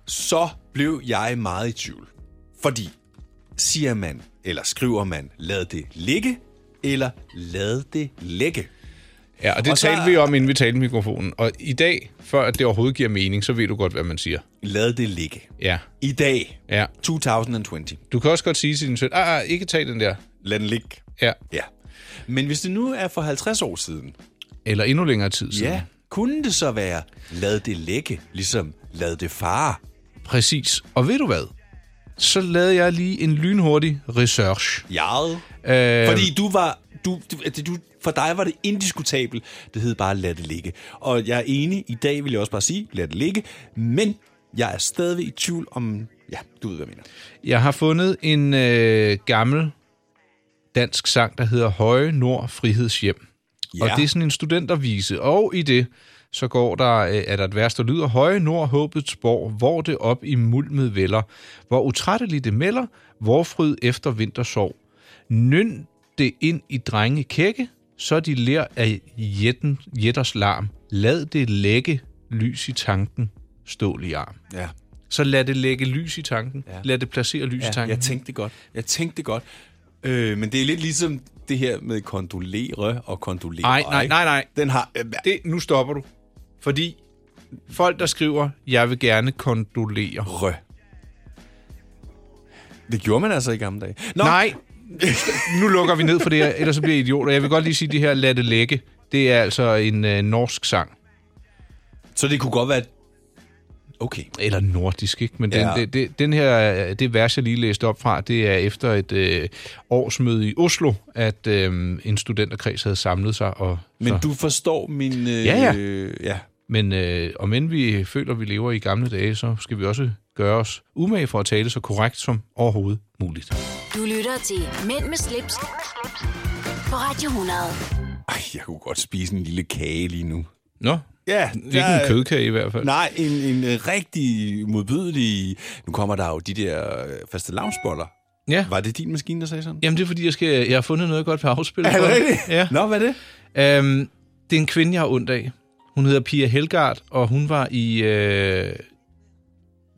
S2: Så blev jeg meget i tvivl. Fordi siger man, eller skriver man, lad det ligge, eller lad det ligge.
S3: Ja, og det
S2: Og
S3: og
S2: så-
S3: talte vi om, inden vi talte i mikrofonen. Og i dag, før at det overhovedet giver mening, så ved du godt, hvad man siger.
S2: Lad det ligge.
S3: Ja,
S2: I dag,
S3: ja.
S2: 2020.
S3: Du kan også godt sige til din søn, ah, ah, ikke tag den der.
S2: Lad den ligge.
S3: Ja.
S2: Ja. Men hvis det nu er for 50 år siden,
S3: Eller endnu længere tid siden.
S2: ja, kunne det så være, lad det ligge, ligesom lad det fare?
S3: Præcis. Og ved du hvad? Så lavede jeg lige en lynhurtig research.
S2: Ja.
S3: Øh,
S2: Fordi du var, du, du, at du, for dig var det indiskutabelt. Det hed bare, lad det ligge. Og jeg er enig, i dag vil jeg også bare sige, lad det ligge. Men jeg er stadigvæk i tvivl om, ja, du ved, hvad jeg mener.
S3: Jeg har fundet en øh, gammel dansk sang, der hedder Høje Nord Frihedshjem. Ja. Og det er sådan en studentervise, og i det så går der, øh, er der et vers, der lyder Høje Nord Håbets Borg, hvor det op i mulmet vælger, hvor utrætteligt det melder, hvor fryd efter vintersorg. Nyn det ind i drenge kække, så de lærer af jætten, jætters larm. Lad det lægge lys i tanken, stål i arm.
S2: Ja.
S3: Så lad det lægge lys i tanken. Ja. Lad det placere lys ja, i
S2: ja,
S3: tanken.
S2: jeg tænkte det godt. Jeg tænkte det godt. Øh, men det er lidt ligesom det her med kondolere og kondolere.
S3: Nej, nej,
S2: ikke?
S3: nej, nej.
S2: Den har... Øh,
S3: Det, nu stopper du. Fordi folk, der skriver, jeg vil gerne kondolere.
S2: Rø. Det gjorde man altså i gamle dage. Nå,
S3: Nej, nu lukker vi ned for det her, ellers så bliver jeg idiot. Og jeg vil godt lige sige, at det her lad det lægge, det er altså en øh, norsk sang.
S2: Så det kunne godt være... Okay.
S3: Eller nordisk, ikke? Men den,
S2: Ja.
S3: ja. det, det, den her, øh, det vers, jeg lige læste op fra, det er efter et øh, årsmøde i Oslo, at øh, en studenterkreds havde samlet sig. Og,
S2: Men
S3: så,
S2: du forstår min... Øh,
S3: Ja, ja.
S2: Øh, ja.
S3: Men øh, om end vi føler, at vi lever i gamle dage, så skal vi også gøre os umage for at tale så korrekt som overhovedet muligt.
S1: Du lytter til Mænd med slips, på Radio 100.
S2: Ej, jeg kunne godt spise en lille kage lige nu.
S3: Nå,
S2: Ja,
S3: ikke en kødkage i hvert fald.
S2: Nej, en, en øh, rigtig modbydelig... Nu kommer der jo de der øh, faste lavnsboller.
S3: Ja.
S2: Var det din maskine, der sagde sådan?
S3: Jamen, det er fordi, jeg, skal, jeg har fundet noget godt på afspillet.
S2: Er det rigtigt?
S3: Ja.
S2: Nå, hvad er det?
S3: Øhm, det er en kvinde, jeg har ondt af. Hun hedder Pia Helgard, og hun var i øh,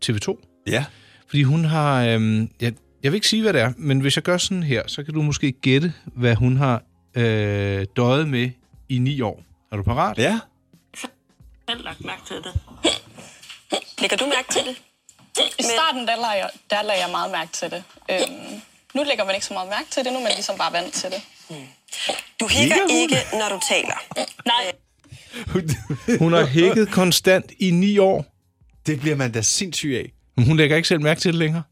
S3: TV2.
S2: Ja.
S3: Fordi hun har... Øh, jeg, jeg vil ikke sige, hvad det er, men hvis jeg gør sådan her, så kan du måske gætte, hvad hun har øh, døjet med i ni år. Er du parat?
S2: Ja.
S10: selv lagt mærke til det. Lægger du mærke til det? I starten, der lagde jeg, der lagde jeg meget mærke til det. Øhm, nu lægger man ikke så meget mærke til det, nu er man ligesom bare vant til det. Du hikker ikke, når du taler. Nej.
S3: Hun har hækket konstant i ni år.
S2: (laughs) det bliver man da sindssyg af.
S3: Men hun lægger ikke selv mærke til det længere.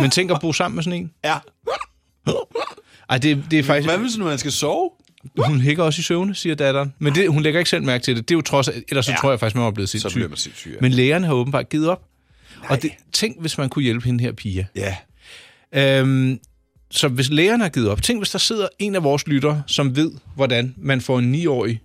S3: Men tænk at bo sammen med sådan en.
S2: Ja.
S3: Ej, det, det er faktisk...
S2: Hvad hvis nu man skal sove?
S3: Hun hækker også i søvne, siger datteren. Men det, hun lægger ikke selv mærke til det. Det er jo trods... Ellers så
S2: Ja.
S3: tror jeg faktisk, man var blevet
S2: Så
S3: sindssyg.
S2: bliver man sindssyg af.
S3: Men lægerne har åbenbart givet op. Nej. Og det, tænk, hvis man kunne hjælpe hende her, Pia.
S2: Ja.
S3: Øhm, så hvis lægerne har givet op, tænk, hvis der sidder en af vores lyttere, som ved, hvordan man får en 9-årig...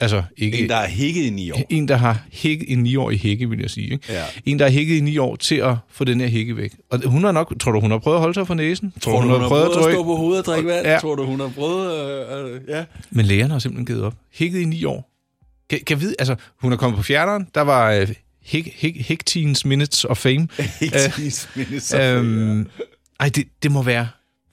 S3: Altså, ikke...
S2: En, der er hækket i ni år.
S3: En, der har hækket en 9-årig hække, vil jeg sige. Ikke?
S2: Ja.
S3: En, der har hækket i 9 år til at få den her hække væk. Og hun har nok, tror du, hun har prøvet at holde sig for næsen?
S2: Tror du, hun har prøvet at stå på hovedet og drikke vand?
S3: Ja.
S2: Tror du, hun har prøvet... Øh, (laughs) øh, ja.
S3: Men lægerne har simpelthen givet op. Hækket i 9 år. Kan, kan jeg vide, altså, hun er kommet på fjerneren, der var øh, hæk, hæk, hækteens minutes of
S2: (laughs)
S3: fame.
S2: Ikke
S3: Øh,
S2: øh,
S3: Øhm, ej, det, det må være.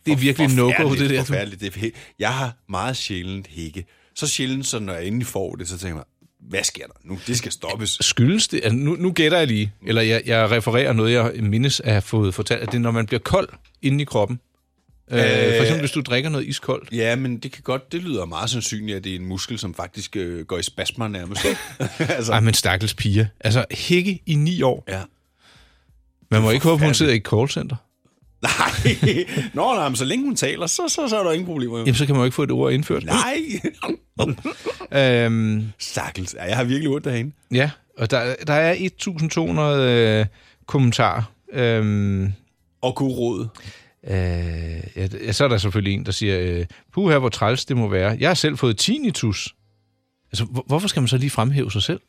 S3: Det er virkelig no-go, det der. Du.
S2: Forfærdeligt. Det er he- jeg har meget sjældent hække. Så sjældent, så når jeg endelig får det, så tænker jeg, hvad sker der nu? Det skal stoppes.
S3: Skyldes det? Altså, nu, nu gætter jeg lige, eller jeg, jeg refererer noget, jeg mindes at have fået fortalt, at det er, når man bliver kold inde i kroppen. Øh, for eksempel, hvis du drikker noget iskoldt.
S2: Ja, men det kan godt, det lyder meget sandsynligt, at det er en muskel, som faktisk øh, går i spasmer nærmest. (laughs) altså,
S3: Ej, men stakkels piger. Altså, hække i ni år.
S2: ja.
S3: Man må ikke håbe, hun sidder i et callcenter.
S2: Nej. Nå, nej, men så længe hun taler, så, så, så er der ingen problemer. jo.
S3: Jamen, så kan man jo ikke få et ord indført.
S2: Nej.
S3: Øhm,
S2: Stakkels. Ja, Jeg har virkelig ondt derhen.
S3: ja, og der, der er 1.200 øh, kommentarer. Øhm,
S2: Og god råd.
S3: øh, ja, d- så er der selvfølgelig en, der siger, øh, puha, hvor træls det må være. Jeg har selv fået tinnitus. Altså, hvor, hvorfor skal man så lige fremhæve sig selv?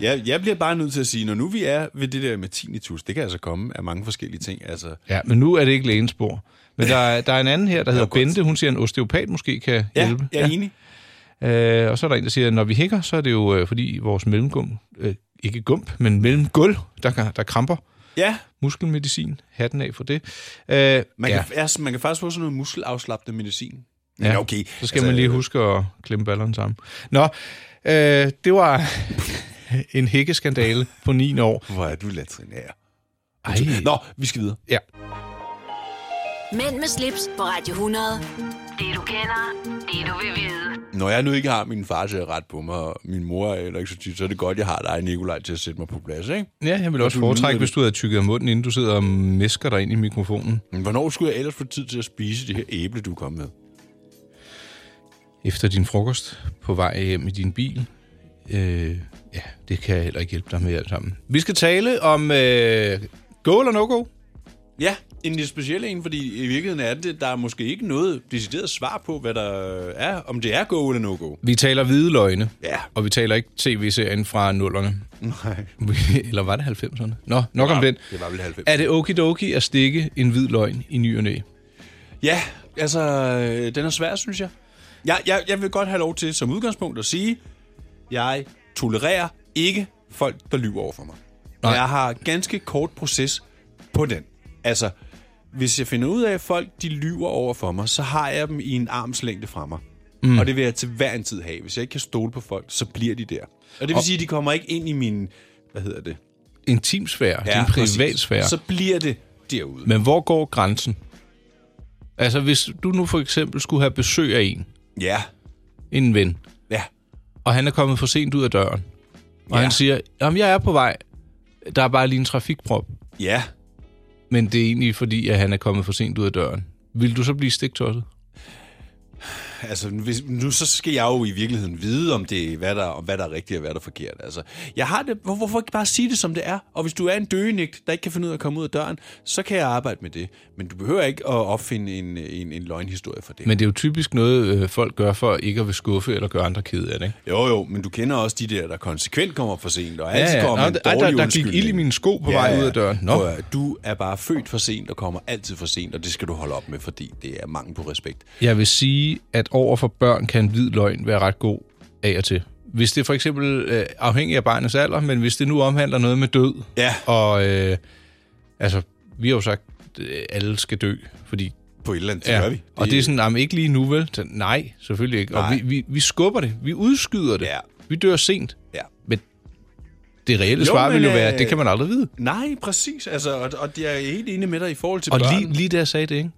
S2: Ja, (sighs) jeg bliver bare nødt til at sige, når nu vi er ved det der med tinnitus, det kan altså komme af mange forskellige ting. Altså,
S3: Ja, men nu er det ikke lægens spor. Men der, er- der er en anden her,
S2: (laughs)
S3: der hedder
S2: godt.
S3: Bente. Hun siger, at en osteopat måske kan
S2: ja,
S3: hjælpe.
S2: jeg er ja. enig.
S3: Øh, og så er der en, der siger, at når vi hækker, så er det jo øh, fordi vores mellemgum, øh, ikke gump, men mellemgulv, der, kan- der kramper.
S2: Ja,
S3: Muskelmedicin, hatten af for det. Øh,
S2: man,
S3: ja,
S2: ja. Kan, altså, man kan faktisk få sådan noget muskelafslappende medicin. Men
S3: Ja,
S2: okay.
S3: så skal altså, man lige huske at klemme ballerne sammen. Nå, øh, det var (laughs) en hækkeskandale på 9 år.
S2: Hvor er du latrinær.
S3: Ej,
S2: Nå, vi skal videre.
S3: ja.
S1: Mænd med slips på Radio 100. Det du kender, det du vil vide.
S2: Når jeg nu ikke har min far til at rette på mig, og min mor er heller ikke så tit, så er det godt, jeg har dig, Nikolaj, til at sætte mig på plads, ikke?
S3: ja, jeg vil også
S2: du nyder
S3: foretrække,
S2: det.
S3: hvis du havde tykket af munden, inden du sidder og mesker dig ind i mikrofonen.
S2: Men hvornår skulle jeg ellers få tid til at spise det her æble, du kom med?
S3: efter din frokost på vej hjem i din bil. Øh, ja, det kan jeg heller ikke hjælpe dig med alt sammen. Vi skal tale om øh, go eller no-go.
S2: Ja, en lidt speciel en, fordi i virkeligheden er det, der er måske ikke noget decideret svar på, hvad der er, om det er go eller no-go.
S3: Vi taler hvide løgne,
S2: Ja.
S3: og vi taler ikke tv-serien fra nullerne.
S2: Nej.
S3: eller var det 90'erne? Nå, nok om den.
S2: Det var vel 90.
S3: Er det okidoki at stikke en hvid løgn i ny og næ?
S2: Ja, altså, øh, den er svær, synes jeg. Jeg, jeg. jeg vil godt have lov til som udgangspunkt at sige, jeg tolererer ikke folk, der lyver over for mig. Nej. Jeg har ganske kort proces på den. Altså, hvis jeg finder ud af, at folk de lyver over for mig, så har jeg dem i en armslængde fra mig. Mm. Og det vil jeg til hver en tid have. Hvis jeg ikke kan stole på folk, så bliver de der. Og det vil sige, at de kommer ikke ind i min, hvad hedder det?
S3: Intimsfære, ja, din
S2: præcis.
S3: privatsfære.
S2: Så bliver det derude.
S3: Men hvor går grænsen? Altså, hvis du nu for eksempel skulle have besøg af en,
S2: Ja,
S3: en ven,
S2: ja.
S3: og han er kommet for sent ud af døren. Og ja. han siger, om jeg er på vej, der er bare lige en trafikprop.
S2: Ja,
S3: Men det er egentlig fordi, at han er kommet for sent ud af døren. Vil du så blive stiktosset?
S2: Altså, hvis, nu så skal jeg jo i virkeligheden vide, om det, hvad, der, om hvad der er rigtigt og hvad der er forkert. Altså, jeg har det, hvor, hvorfor ikke bare sige det, som det er? Og hvis du er en døgenægt, der ikke kan finde ud af at komme ud af døren, så kan jeg arbejde med det. Men du behøver ikke at opfinde en, en, en løgnhistorie for det.
S3: Men det er jo typisk noget, øh, folk gør for ikke at vil skuffe eller gøre andre kede af det. Ikke?
S2: jo, jo, men du kender også de der, der konsekvent kommer for sent, og altid
S3: ja.
S2: kommer
S3: Nå,
S2: en
S3: ej, der-
S2: dårlig
S3: der gik
S2: undskyldning.
S3: ild i mine sko på vej ud af døren. Nå.
S2: Prøv at høre, Du er bare født for sent og kommer altid for sent, og det skal du holde op med, fordi det er mangel på respekt.
S3: Jeg vil sige, at over for børn kan en hvid løgn være ret god af og til. Hvis det for eksempel, øh, afhængig af barnets alder, men hvis det nu omhandler noget med død,
S2: Ja,
S3: og øh, altså, vi har jo sagt, øh, alle skal dø, fordi
S2: på et eller andet, det gør vi.
S3: Det... Og det er sådan, jamen, ikke lige nu vel? Så, nej, selvfølgelig ikke. Nej.
S2: Nej.
S3: Og vi, vi, vi skubber det. Vi udskyder det.
S2: Ja.
S3: Vi dør sent.
S2: Ja.
S3: Men det reelle
S2: Jo,
S3: svar
S2: men,
S3: vil jo være,
S2: øh,
S3: at det kan man aldrig vide.
S2: Nej, præcis. Altså, og, og jeg er helt enig med dig i forhold til
S3: Og
S2: børn.
S3: lige, lige da jeg sagde det, ikke?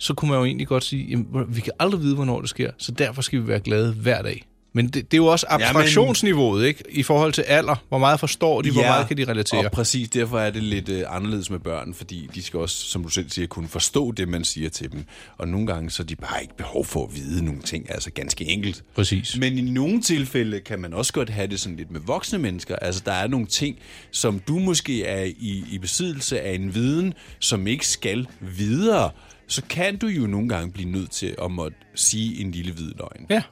S3: så kunne man jo egentlig godt sige, jamen, hvor- vi kan aldrig vide, hvornår det sker, så derfor skal vi være glade hver dag. Men det, det er jo også abstraktionsniveauet, ikke? I forhold til alder. Hvor meget forstår de? Hvor meget kan de relatere?
S2: Og præcis derfor er det lidt øh, anderledes med børn, fordi de skal også, som du selv siger, kunne forstå det, man siger til dem. Og nogle gange så er de bare ikke behov for at vide nogle ting, altså ganske enkelt.
S3: Præcis.
S2: Men i nogle tilfælde kan man også godt have det sådan lidt med voksne mennesker. Altså, der er nogle ting, som du måske er i, i besiddelse af en viden, som ikke skal videre. Så kan du jo nogle gange blive nødt til at måtte sige en lille hvid løgn.
S3: Ja.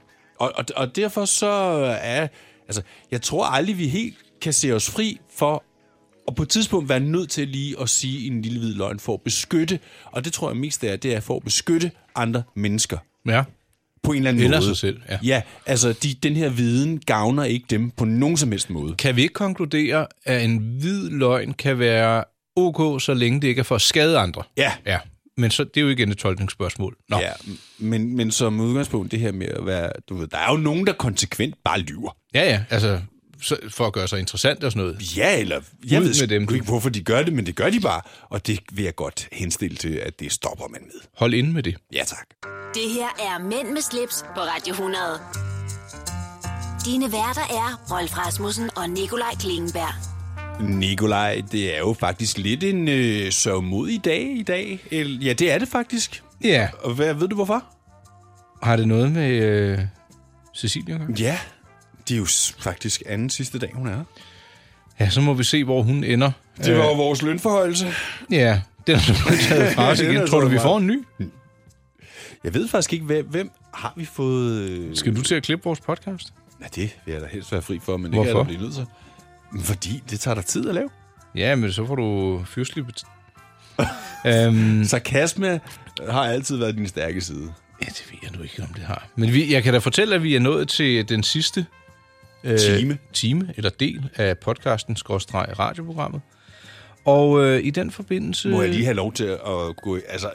S2: Og, og, og derfor så er... Altså, jeg tror aldrig, vi helt kan se os fri for og på et tidspunkt være nødt til lige at sige en lille hvid løgn for at beskytte, og det tror jeg mest det er, det er for at beskytte andre mennesker
S3: Ja.
S2: på en eller anden
S3: Eller
S2: måde.
S3: sig selv, ja.
S2: ja altså de, den her viden gavner ikke dem på nogen som helst måde.
S3: Kan vi ikke konkludere, at en hvid løgn kan være ok, så længe det ikke er for at skade andre?
S2: Ja.
S3: Ja, men så, det er jo igen et tolkningsspørgsmål. Nå.
S2: Ja, men, men som udgangspunkt, det her med at være, du ved, der er jo nogen, der konsekvent bare lyver.
S3: Ja, ja, altså så, for at gøre sig interessant og sådan noget.
S2: Ja, eller jeg
S3: Ud
S2: ved
S3: med dem,
S2: sgu
S3: du.
S2: ikke, hvorfor de gør det, men det gør de bare. Og det vil jeg godt henstille til, at det stopper man med.
S3: Hold inde med det.
S2: Ja, tak.
S1: Det her er Mænd med slips på Radio 100. Dine værter er Rolf Rasmussen og Nikolaj Klingenberg.
S2: Nikolaj, det er jo faktisk lidt en øh, sørgmodig dag i dag. El- Ja, det er det faktisk.
S3: Ja.
S2: Og hvad, ved du hvorfor?
S3: Har det noget med øh, Cecilia at gøre?
S2: Ja, det er jo s- faktisk anden sidste dag, hun er her.
S3: Ja, så må vi se, hvor hun ender.
S2: Det var jo vores lønforhøjelse.
S3: Øh, ja, den er blevet taget fra
S2: (laughs)
S3: os
S2: Den er
S3: igen. Tror du,
S2: taget
S3: vi
S2: fra
S3: får
S2: os.
S3: en ny?
S2: Jeg ved faktisk ikke, hvem, hvem har vi fået... øh,
S3: Skal du til at klippe vores podcast?
S2: Ja, det vil jeg da helst være fri for, men det kan
S3: Hvorfor?
S2: jeg da blive nødt til. Fordi det tager dig tid at lave.
S3: Ja, men så får du fyrstelig...
S2: (laughs)
S3: øhm,
S2: Sarkasme har altid været din stærke side.
S3: ja, det ved jeg nu ikke, om det har. Men vi, jeg kan da fortælle, at vi er nået til den sidste øh,
S2: Time.
S3: time eller del af podcasten skråstreg radioprogrammet. Og øh, i den forbindelse...
S2: Må jeg lige have lov til at gå... i- Altså,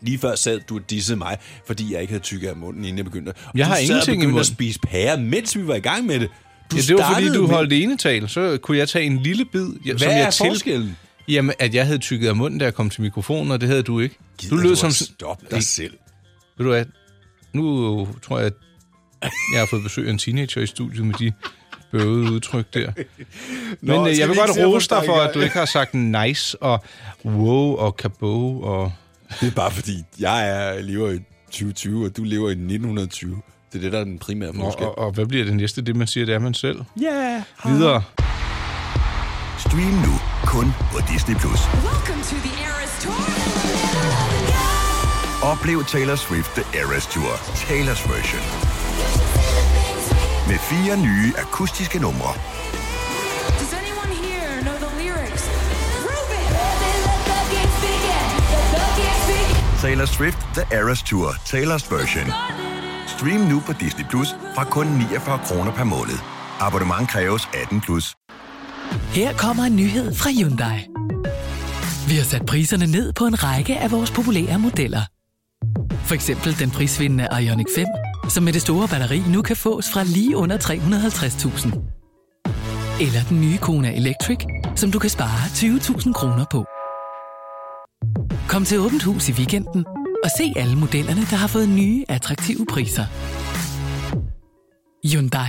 S2: lige før sad du og dissede mig, fordi jeg ikke havde tykket af munden, inden jeg begyndte. Og
S3: Jeg
S2: du
S3: har
S2: sad og
S3: ingenting i
S2: begyndte at
S3: munden.
S2: spise pære, mens vi var i gang med det. Du
S3: Ja, det var fordi,
S2: startede
S3: du
S2: med-
S3: holdt enetal. Så kunne jeg tage en lille bid, jeg,
S2: Hvad
S3: som jeg
S2: er forskellen?
S3: Jamen, at jeg havde tykket af munden, da jeg kom til mikrofonen, og det havde du ikke.
S2: Gider
S3: du lød
S2: at
S3: som...
S2: Stop dig selv.
S3: Ved du hvad? Nu tror jeg, at jeg har fået besøg af en teenager i studiet med de bøvede udtryk der. Men
S2: skal
S3: øh, jeg
S2: vi
S3: vil
S2: ikke
S3: godt
S2: se at få
S3: rose dig for,
S2: strikket?
S3: at du ikke har sagt nice og wow og kabo og...
S2: Det er bare fordi, jeg er, lever i 2020, og du lever i 1920. Det er det, der er den primære
S3: Og,
S2: forskel.
S3: og, og hvad bliver det næste? Det, man siger, det er man selv.
S2: Ja.
S3: Videre.
S11: Stream nu kun på Disney+. Plus. Oplev Taylor Swift The Eras Tour, Taylor's version. Med fire nye akustiske numre. Taylor Swift The Eras Tour, Taylor's version. Stream nu på Disney Plus fra kun 49 kroner per måned. Abonnement kræves 18 plus.
S12: Her kommer en nyhed fra Hyundai. Vi har sat priserne ned på en række af vores populære modeller. For eksempel den prisvindende Ioniq 5, som med det store batteri nu kan fås fra lige under 350.000. Eller den nye Kona Electric, som du kan spare 20.000 kroner på. Kom til Åbent Hus i weekenden og se alle modellerne, der har fået nye, attraktive priser. Hyundai.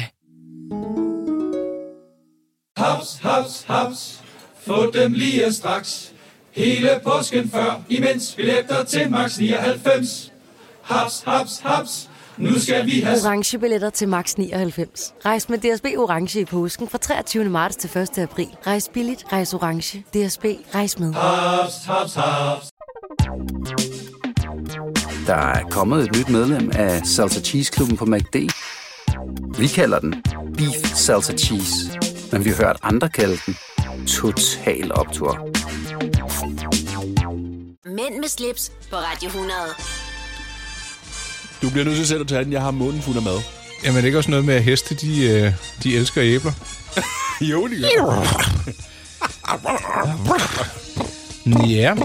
S9: Haps, haps, haps. Få dem lige straks. Hele påsken før, imens billetter til max 99. Haps, haps, haps. Nu skal vi have...
S6: Orange billetter til max 99. Rejs med DSB Orange i påsken fra 23. marts til 1. april. Rejs billigt, rejs orange. DSB, rejs med.
S9: Haps, haps, haps.
S13: Der er kommet et nyt medlem af Salsa Cheese Klubben på MACD. Vi kalder den Beef Salsa Cheese, men vi har hørt andre kalde den Total Optor.
S1: Mænd med slips på Radio 100.
S2: Du bliver nødt til selv at tage den. Jeg har munden fuld af mad.
S3: Jamen, er det ikke også noget med, at heste, de, øh, de elsker æbler?
S2: jo, det
S3: Ja,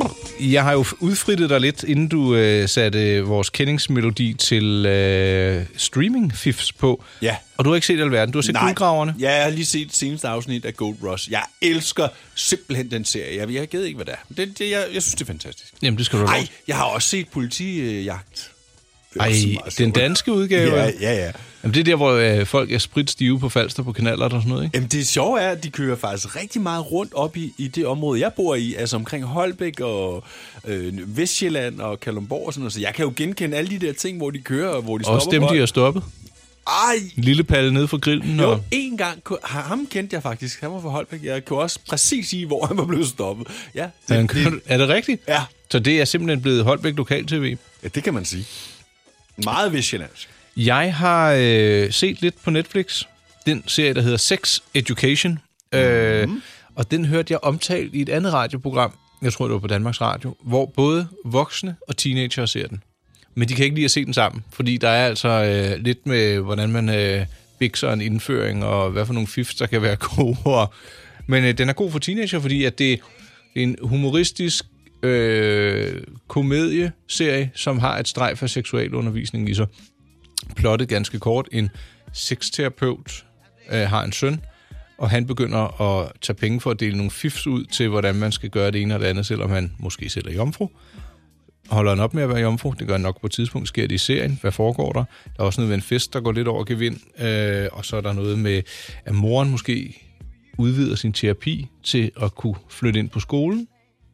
S3: jeg har jo udfrittet dig lidt, inden du øh, satte øh, vores kendingsmelodi til øh, streaming-fifs på.
S2: Ja.
S3: Og du har ikke set alverden, du har set
S2: Nej.
S3: guldgraverne.
S2: Ja, jeg har lige set seneste afsnit af Gold Rush. Jeg elsker simpelthen den serie. Jeg, jeg ved ikke, hvad det er. Det, det, jeg, jeg synes, det er fantastisk.
S3: Jamen, det skal du have
S2: Ej,
S3: lov.
S2: jeg har også set politijagt. Det er
S3: Ej,
S2: også meget
S3: den
S2: sjovt.
S3: danske udgave.
S2: Ja, ja, ja.
S3: Jamen, det er der, hvor øh, folk er spritstive på Falster på kanaler og sådan noget, ikke?
S2: Jamen, det sjove er, at de kører faktisk rigtig meget rundt op i, i det område, jeg bor i, altså omkring Holbæk og øh, Vestjylland og Kalundborg og sådan noget. Så jeg kan jo genkende alle de der ting, hvor de kører og hvor de
S3: Også dem,
S2: stopper.
S3: de har stoppet.
S2: Ej,
S3: Lille palle nede fra grillen.
S2: Jo,
S3: Og...
S2: en gang. ku- ha- Ham kendte jeg faktisk. Han var fra Holbæk. Jeg kunne også præcis sige, hvor (laughs) han var blevet stoppet. Ja,
S3: Er, han kørt- (laughs) er det rigtigt?
S2: Ja.
S3: Så det er simpelthen blevet Holbæk Lokal TV.
S2: ja, det kan man sige. Meget vestjyllandsk.
S3: Jeg har øh, set lidt på Netflix. Den serie, der hedder Sex Education. Øh, og den hørte jeg omtalt i et andet radioprogram. Jeg tror, det var på Danmarks Radio. Hvor både voksne og teenager ser den. Men de kan ikke lide at se den sammen. Fordi der er altså øh, lidt med, hvordan man øh, bikser en indføring, og hvad for nogle fifs, der kan være (laughs) gode. Og, men øh, den er god for teenager, fordi at det, det er en humoristisk øh, komedieserie, som har et strejf af seksualundervisning i sig plottet ganske kort. En sexterapeut øh, har en søn, og han begynder at tage penge for at dele nogle fifs ud til, hvordan man skal gøre det ene og det andet, selvom han måske selv er jomfru. Holder han op med at være jomfru? Det gør han nok på et tidspunkt. Sker det i serien? Hvad foregår der? Der er også noget med en fest, der går lidt over gevind. Øh, og så er der noget med, at moren måske udvider sin terapi til at kunne flytte ind på skolen,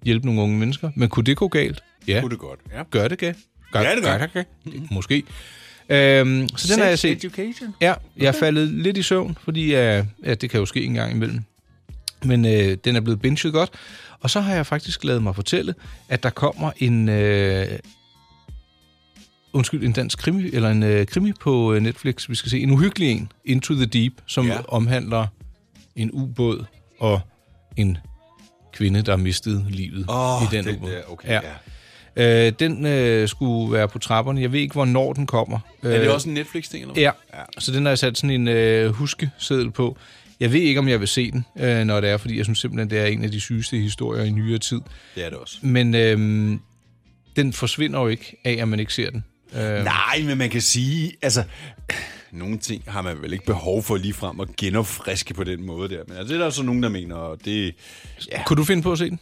S3: hjælpe nogle unge mennesker. Men kunne det gå galt? Ja.
S2: Kunne det godt, ja.
S3: Gør det galt? Gør,
S2: Ja, det gør.
S3: det Måske. Øhm, så den har jeg set.
S2: Education.
S3: Ja, jeg er faldet lidt i søvn, fordi øh, ja, det kan jo ske en gang imellem. Men øh, den er blevet binget godt. Og så har jeg faktisk lavet mig fortælle, at der kommer en... Øh, undskyld, en dansk krimi, eller en øh, krimi på øh, Netflix, vi skal se. En uhyggelig en, Into the Deep, som ja. omhandler en ubåd og en kvinde, der mistede livet
S2: Åh,
S3: i den
S2: den
S3: ubåd.
S2: der, okay,
S3: ja. Øh, den øh, skulle være på trapperne. Jeg ved ikke, hvornår den kommer.
S2: Er det
S3: Øh,
S2: også en Netflix-ting, eller hvad?
S3: Ja, så den har jeg sat sådan en øh, huskeseddel på. Jeg ved ikke, om jeg vil se den, øh, når det er, fordi jeg synes simpelthen, det er en af de sygeste historier i nyere tid.
S2: Det er det også.
S3: Men øh, den forsvinder jo ikke af, at man ikke ser den. Øh,
S2: Nej, men man kan sige, altså... (sighs) Nogle ting har man vel ikke behov for lige frem at genopfriske på den måde der. Men altså, det er der så nogen, der mener, og det... Ja.
S3: Kunne du finde på at se den?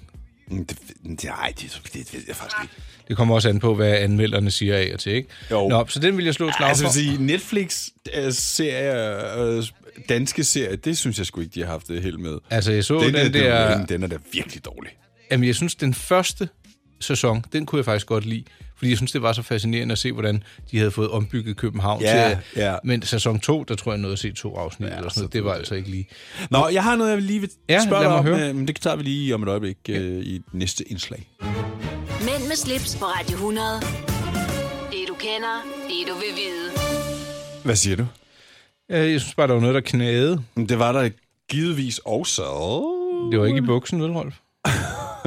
S2: Mm, Det, det, nej, det, det ved jeg faktisk ikke.
S3: Det kommer også an på, hvad anmelderne siger af og til, ikke?
S2: Jo.
S3: Nå, så den vil jeg slå et slag
S2: altså,
S3: for.
S2: jeg vil sige, Netflix-serier, øh, danske serier, det synes jeg sgu ikke, de har haft det helt med.
S3: Altså, jeg så den
S2: den,
S3: der-
S2: Den, den er da virkelig dårlig.
S3: Jamen, jeg synes, den første sæson, den kunne jeg faktisk godt lide. Fordi jeg synes, det var så fascinerende at se, hvordan de havde fået ombygget København
S2: Ja,
S3: til...
S2: ja.
S3: Men sæson 2, der tror jeg, jeg nåede at se to afsnit ja, eller sådan noget. Det var altså ikke lige.
S2: Nå, jeg har noget, jeg lige vil
S3: Ja,
S2: spørge
S3: lad
S2: dig
S3: mig
S2: om,
S3: høre.
S2: øh, men det tager vi lige om et øjeblik øh, i næste indslag.
S1: Mænd med slips på Radio 100. Det du kender, det du vil vide.
S2: Hvad siger du?
S3: Øh, Jeg synes bare, der var noget, der knagede.
S2: Det var der givetvis også.
S3: Det var ikke i buksen, vel,
S2: (laughs)
S3: Rolf?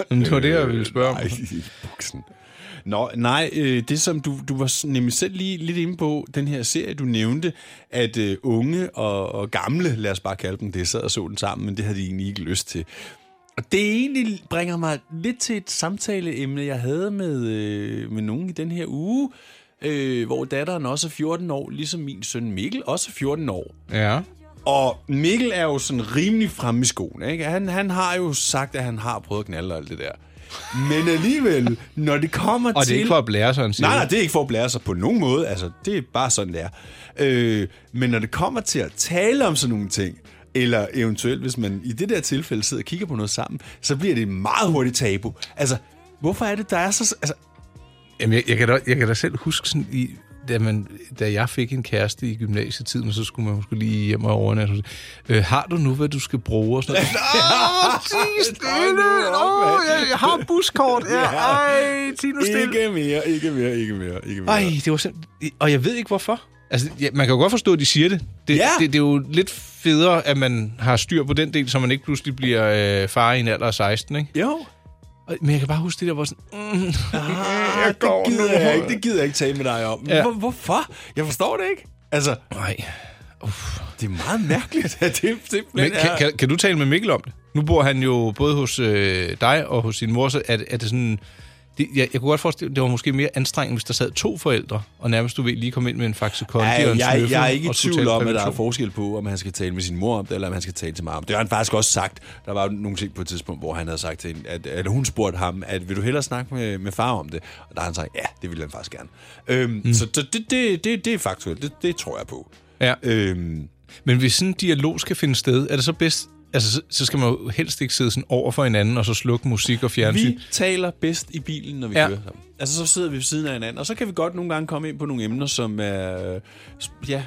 S3: Men det var det, jeg ville spørge om.
S2: Nej, i buksen. Nå, nej, øh, det som du, du var s- nemlig selv lige lidt inde på, den her serie, du nævnte, at øh, unge og, og gamle, lad os bare kalde dem det, sad og så den sammen, men det havde de egentlig ikke lyst til. Og det egentlig bringer mig lidt til et samtaleemne, jeg havde med, øh, med nogen i den her uge, øh, hvor datteren også er 14 år, ligesom min søn Mikkel, også er 14 år.
S3: Ja.
S2: Og Mikkel er jo sådan rimelig fremme i skoene, ikke? Han, han har jo sagt, at han har prøvet at knalde og alt det der. Men alligevel, når det kommer til...
S3: Og det er ikke for at blære sig, han siger.
S2: Nej, nej, det er ikke for at blære sig på nogen måde. Altså, det er bare sådan, det er. Øh, men når det kommer til at tale om sådan nogle ting, eller eventuelt, hvis man i det der tilfælde sidder og kigger på noget sammen, så bliver det meget hurtigt tabu. Altså, hvorfor er det, der er så... Altså,
S3: Jamen, jeg, jeg, kan da, jeg kan da selv huske, sådan i, da, man, da jeg fik en kæreste i gymnasietiden, så skulle man måske lige hjem og overnatte. og så, Øh, har du nu, hvad du skal bruge? Og sådan (laughs) noget.
S9: Åh,
S3: Åh, jeg, jeg har buskort. Ja, ej, Tino stille.
S2: Ikke mere, ikke mere, ikke mere, ikke mere.
S3: Ej, det var simpelthen... Og jeg ved ikke, hvorfor. Altså, ja, man kan jo godt forstå, at de siger det. Det,
S2: Ja.
S3: det. det er jo lidt federe, at man har styr på den del, så man ikke pludselig bliver øh, far i en alder af 16, ikke?
S2: Jo.
S3: Men jeg kan bare huske det der, hvor sådan... Mm,
S2: jeg går det gider jeg ikke, det gider jeg ikke tale med dig om. Ja.
S3: Ja.
S2: Hvor, hvorfor? Jeg forstår det ikke. Altså,
S3: Nej.
S2: det er meget mærkeligt, at det simpelthen
S3: Men
S2: Men,
S3: kan,
S2: er...
S3: kan, kan du tale med Mikkel om det? Nu bor han jo både hos øh, dig og hos din mor, så er, det- er det sådan... Det, jeg, jeg kunne godt forestille det var måske mere anstrengende, hvis der sad to forældre, og nærmest du ved lige kom ind med en faxe kondi og en
S2: Ej, jeg,
S3: snøffel
S2: jeg er ikke i
S3: og skulle
S2: tvivl
S3: tale
S2: om, at der er
S3: prævention.
S2: forskel på, om han skal tale med sin mor om det, eller om han skal tale til mig om det. Det har han faktisk også sagt. Der var jo nogle ting på et tidspunkt, hvor han havde sagt til hende, at, at hun spurgte ham, at vil du hellere snakke med, med far om det? Og der har han sagt, ja, det ville han faktisk gerne. Øhm, mm. Så det, det, det, det, det er faktuelt. Det, det tror jeg på.
S3: Ja.
S2: Øhm,
S3: Men hvis sådan en dialog skal finde sted, er det så bedst... Altså, så, så skal man jo helst ikke sidde sådan over for hinanden, og så slukke musik og fjernsyn.
S2: Vi taler bedst i bilen, når vi ja.
S3: Ja.
S2: kører sammen. Altså, så sidder vi ved siden af hinanden, og så kan vi godt nogle gange komme ind på nogle emner, som er... øh, Ja,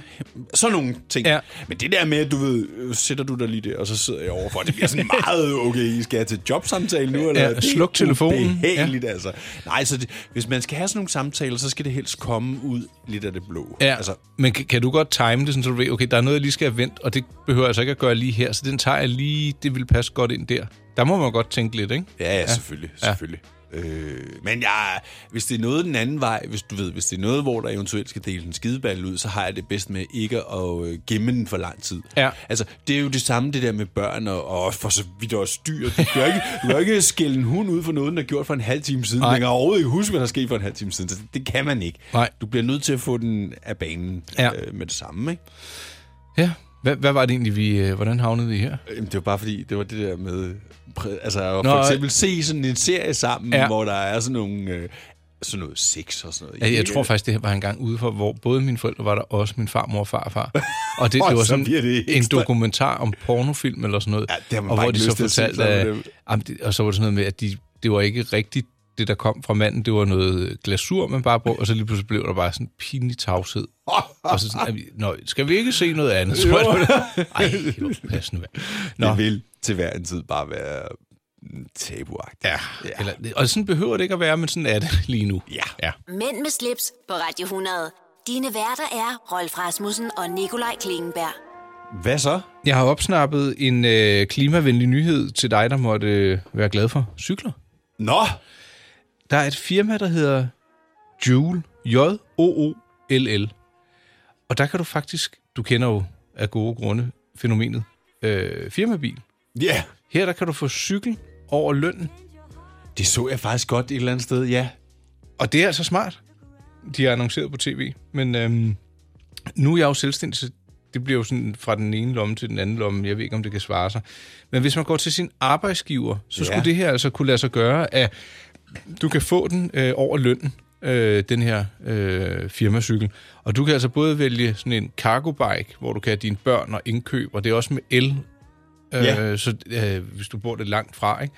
S2: sådan nogle ting. Ja. Men det der med, at du ved, øh, sætter du dig lige der, og så sidder jeg overfor, det bliver
S3: (laughs)
S2: sådan meget, okay, I skal til jobsamtale nu, eller...
S3: Ja,
S2: det er
S3: sluk telefonen.
S2: Ubehageligt, ja. altså. Nej, så det, hvis man skal have sådan nogle samtaler, så skal det helst komme ud lidt af det blå.
S3: Ja,
S2: Altså,
S3: altså, men kan, kan du godt time det, sådan, så du ved, okay, der er noget, jeg lige skal have vendt, og det behøver jeg altså ikke at gøre lige her, så den tager jeg lige, det vil passe godt ind der. Der må man godt tænke lidt, ikke?
S2: Ja, ja, selvfølgelig, selvfølgelig. Øh, men jeg, hvis det er noget den anden vej, hvis du ved, hvis det er noget, hvor der eventuelt skal dele en skideballe ud, så har jeg det bedst med ikke at øh, gemme den for lang tid.
S3: Ja.
S2: Altså, det er jo det samme det der med børn og, og også for så vidt også dyr. Du kan jo ikke, du kan jo ikke skælde en hund ud for noget, den er gjort for en halv time siden.
S3: Nej.
S2: Man kan overhovedet ikke huske, hvad der skete for en halv time siden. Så det kan man ikke.
S3: Nej.
S2: Du bliver nødt til at få den af banen
S3: Ja.
S2: øh, med det samme, ikke?
S3: Ja. Hvad, hvad var det egentlig, vi... Øh, hvordan havnede vi her?
S2: Jamen, det var bare fordi, det var det der med... præ- Altså, Nå,
S3: Nå,
S2: for eksempel se sådan en serie sammen, ja.
S3: Ja.
S2: hvor der er sådan nogle øh, sådan noget sex og sådan noget.
S3: Jeg, jeg tror faktisk, det var en gang ude for, hvor både mine forældre var der, også min farmor og farfar. Og
S2: (laughs)
S3: det,
S2: Og
S3: det var
S2: så
S3: sådan
S2: bliver det
S3: det en
S2: ekstra.
S3: dokumentar om pornofilm eller sådan noget.
S2: det har man
S3: og
S2: bare
S3: hvor
S2: ikke
S3: de så
S2: lyst til at se
S3: fortalte,
S2: sammen
S3: at,
S2: med dem.
S3: jamen, det- og så var det sådan noget med, at de, det var ikke rigtigt det, der kom fra manden. Det var noget glasur, man bare brugte, og så lige pludselig blev der bare sådan en
S2: (laughs)
S3: pinlig tavshed. og så sådan, at vi, Nå, skal vi ikke se noget andet? Så
S2: Jo.
S3: var det, Ej, jo, pas nu være. Nå.
S2: Det vil til hver en tid bare være mm, tabuagtigt.
S3: Ja, Eller, og sådan behøver det ikke at være, men sådan er det lige nu.
S2: Ja.
S3: ja.
S1: Mænd med slips på Radio 100. Dine værter er Rolf Rasmussen og Nikolaj Klingenberg.
S2: Hvad så?
S3: Jeg har opsnappet en øh, klimavenlig nyhed til dig, der måtte øh, være glad for cykler.
S2: Nå!
S3: Der er et firma, der hedder Joule. J-O-O-L-L. Og der kan du faktisk, du kender jo af gode grunde fænomenet, øh, firmabil.
S2: Ja. Yeah.
S3: Her der kan du få cykel over lønnen.
S2: Det så jeg faktisk godt et eller andet sted, ja.
S3: Og det er altså smart. De har annonceret på tv. Men øhm, nu er jeg jo selvstændig, så det bliver jo sådan fra den ene lomme til den anden lomme. Jeg ved ikke, om det kan svare sig. Men hvis man går til sin arbejdsgiver, så
S2: Ja.
S3: ja. skulle det her altså kunne lade sig gøre, at du kan få den øh, over lønnen, øh, den her øh, firmacykel. Og du kan altså både vælge sådan en cargo bike, hvor du kan have dine børn og indkøb, og det er også med el, øh,
S2: Ja.
S3: så, øh, hvis du bor lidt langt fra, ikke?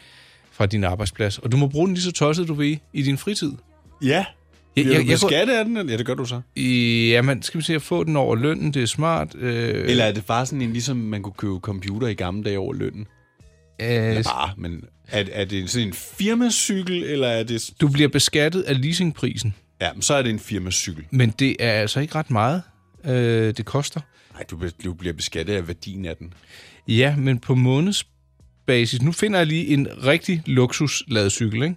S3: fra din arbejdsplads. Og du må bruge den lige så tosset, du vil, i din fritid.
S2: Ja.
S3: Jeg-
S2: Bliver
S3: jeg-
S2: du
S3: jeg kunne-
S2: beskattet af den? eller- Ja, det gør du så.
S3: Ja, man skal vi se at få den over lønnen, det er smart. Øh,
S2: Eller er det bare sådan en, ligesom man kunne købe computer i gamle dage over lønnen?
S3: øh,
S2: Eller bare, men er, er det sådan en firmacykel, eller er det...
S3: du bliver beskattet af leasingprisen,
S2: Ja, men så er det en firmacykel.
S3: men det er altså ikke ret meget, øh, det koster.
S2: Nej, du, be- du bliver beskattet af værdien af den.
S3: Ja, men på månedsbasis. Nu finder jeg lige en rigtig luksus ladcykel, ikke?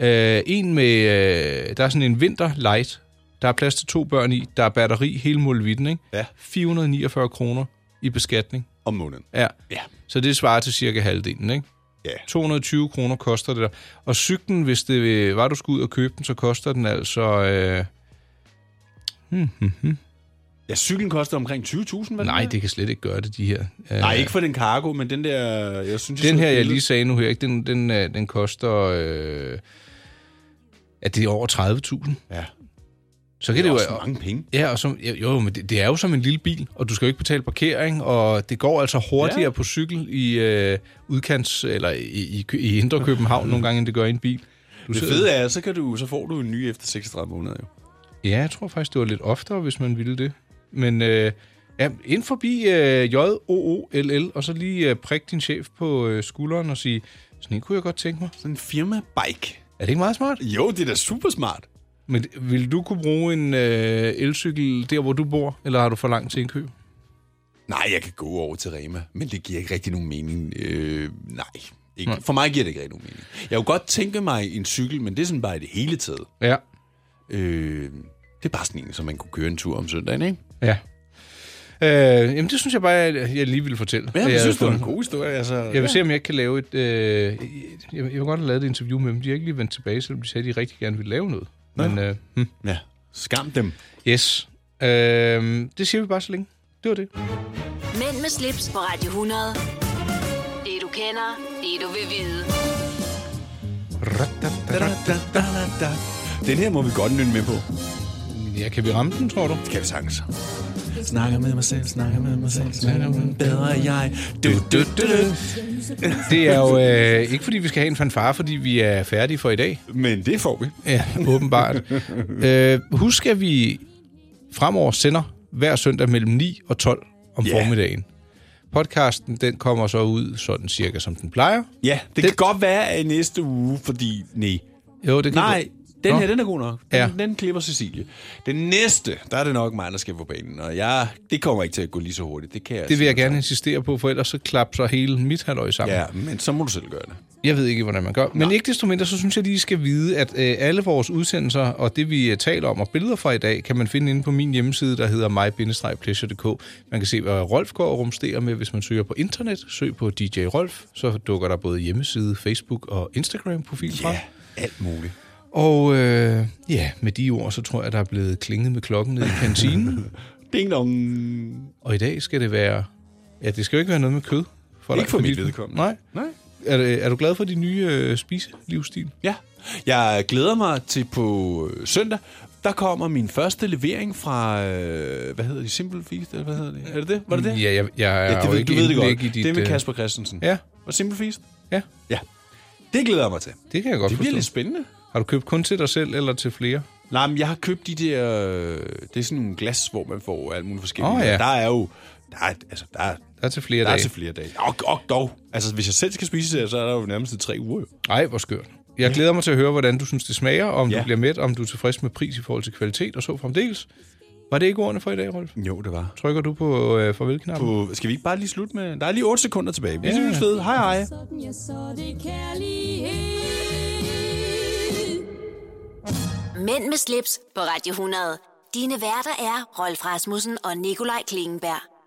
S2: Ja.
S3: Øh, en med... Øh, der er sådan en vinter light. Der er plads til to børn i. Der er batteri hele mulvitten, ikke?
S2: Ja.
S3: 449 kroner i beskatning.
S2: Om måneden.
S3: Ja.
S2: Ja.
S3: Så det svarer til cirka halvdelen, ikke?
S2: Ja.
S3: 220 kroner koster det der. Og cyklen, hvis det øh, var, du skulle ud og købe den, så koster den altså... Øh, hmm,
S2: Ja, cyklen koster omkring 20.000, hvad
S3: nej, det kan slet ikke gøre det, de her. Øh,
S2: Nej, ikke for den cargo, men den der... Jeg synes,
S3: Den
S2: så
S3: her, jeg
S2: billedet-
S3: lige sagde nu her, ikke? Den, den, øh, den koster... Øh, at det er over 30.000.
S2: Ja.
S3: Så
S2: Det
S3: kan
S2: er
S3: det,
S2: også
S3: jo...
S2: mange penge.
S3: Ja, og som, jo, jo, men det, det er jo som en lille bil, og du skal jo ikke betale parkering, og det går altså hurtigere
S2: Ja.
S3: ja. på cykel i øh, udkants, eller i, i, i indre København nogle gange, end det gør i en bil. Du
S2: Det
S3: sidder-
S2: fede er, så, kan du, så får du en ny efter 36 måneder jo.
S3: Ja, jeg tror faktisk, det var lidt oftere, hvis man ville det. Men øh, ja, ind forbi øh, J-O-O-L-L, og så lige øh, prik din chef på øh, skulderen og sige, sådan en kunne jeg godt tænke mig.
S2: Sådan en firma-bike.
S3: Er det ikke meget smart?
S2: Jo, det er da super smart.
S3: Men vil du kunne bruge en øh, elcykel der, hvor du bor, eller har du for langt til indkøb?
S2: Nej, jeg kan gå over til Rema, men det giver ikke rigtig nogen mening. Øh, nej, ikke. For mig giver det ikke rigtig nogen mening. Jeg kunne godt tænke mig en cykel, men det er sådan bare i det hele taget.
S3: Ja.
S2: Øh, det er bare sådan en, som man kunne køre en tur om søndagen, ikke?
S3: Ja. Øh, jamen, det synes jeg bare, jeg, jeg lige ville fortælle.
S2: Ja,
S3: At
S2: jeg
S3: jeg
S2: synes, det
S3: havde
S2: var en
S3: fundet-
S2: god historie. Altså,
S3: Jeg vil se, om jeg ikke kan lave et... Øh, jeg, jeg, jeg vil godt have lavet et interview med dem. De har ikke lige vendt tilbage, selvom de sagde, at de rigtig gerne ville lave noget.
S2: Nå.
S3: Men øh, hm,
S2: Ja, skam dem.
S3: yes. Øh, det siger vi bare så længe. Det var det.
S1: Mænd med slips på Radio 100. Det du kender, det du vil vide.
S2: Den her må vi godt nynne med på.
S3: Ja, kan vi ramme den, tror du?
S2: Kan vi sagtens. Snakker med mig selv, snakker med mig selv, snakker med en bedre jeg. Du, du, du, du.
S3: Det er jo øh, ikke, fordi vi skal have en fanfare, fordi vi er færdige for i dag.
S2: Men det får vi.
S3: Ja, åbenbart. øh, husk, at vi fremover sender hver søndag mellem 9 og 12 om
S2: Ja.
S3: yeah. formiddagen. Podcasten, den kommer så ud sådan cirka, som den plejer.
S2: Ja, det, det kan godt være at i næste uge, fordi... Nej,
S3: Jo, det kan
S2: nej den her, den er god nok. Den,
S3: Ja.
S2: den klipper Cecilie. Den næste, der er det nok mig, der skal på banen. Og jeg, det kommer ikke til at gå lige så hurtigt. Det kan jeg altså
S3: Det vil jeg
S2: sige.
S3: gerne insistere på, for ellers så klapser hele mit halvøj sammen.
S2: Ja, men så må du selv gøre det.
S3: Jeg ved ikke, hvordan man gør. Men ikke desto mindre, så synes jeg lige, I skal vide, at øh, alle vores udsendelser og det, vi øh, taler om og billeder fra i dag, kan man finde inde på min hjemmeside, der hedder mig-pleasure.dk. Man kan se, hvad Rolf går og rumsterer med, hvis man søger på internet. Søg på DJ Rolf, så dukker der både hjemmeside, Facebook og Instagram-profil frem.
S2: Ja, alt muligt.
S3: Og øh, ja, med de ord, så tror jeg, der er blevet klinget med klokken nede i
S2: (laughs)
S3: kantinen.
S2: Ding dong.
S3: og i dag skal det være... Ja, det skal jo ikke være noget med kød. For
S2: Ikke for mit
S3: familien.
S2: vedkommende.
S3: Nej.
S2: Nej.
S3: er, det- er du glad for din nye øh, spiselivsstil?
S2: Ja. Jeg glæder mig til på øh, søndag. Der kommer min første levering fra, øh, hvad hedder de, Simple Feast, eller hvad hedder det? Er det det? Var det det?
S3: Ja, jeg, jeg er
S2: det
S3: jo
S2: ved,
S3: ikke
S2: du ved det godt.
S3: indblik i dit,
S2: det er med
S3: øh,
S2: Kasper Christensen.
S3: Ja.
S2: Og Simple Feast.
S3: Ja.
S2: Ja. Det glæder jeg mig til.
S3: Det kan jeg godt
S2: Det bliver
S3: forstå.
S2: lidt spændende.
S3: Har du købt kun til dig selv eller til flere?
S2: Nej, men jeg har købt de der... øh, Det er sådan nogle glas, hvor man får alt muligt forskelligt.
S3: Åh, ja.
S2: Der er jo... Der er, altså, der er,
S3: Der er til flere
S2: der er
S3: dage.
S2: til flere dage. Og, og dog. Altså, hvis jeg selv skal spise det, så er der jo nærmest i tre uger. jo.
S3: Nej, hvor skørt. Jeg glæder mig til at høre, hvordan du synes, det smager, om ja.
S2: Ja.
S3: du bliver mæt, om du er tilfreds med pris i forhold til kvalitet og så fremdeles. Var det ikke ordene for i dag, Rolf?
S2: Jo, det var.
S3: Trykker du på øh, farvelknappen?
S2: På, skal vi ikke bare lige slutte med... Der er lige 8 sekunder tilbage. Vi
S3: Ja.
S2: synes, fede. Hej, hej.
S14: Sådan jeg så det kærlighed.
S1: Mænd med slips på Radio 100. Dine værter er Rolf Rasmussen og Nikolaj Klingenberg.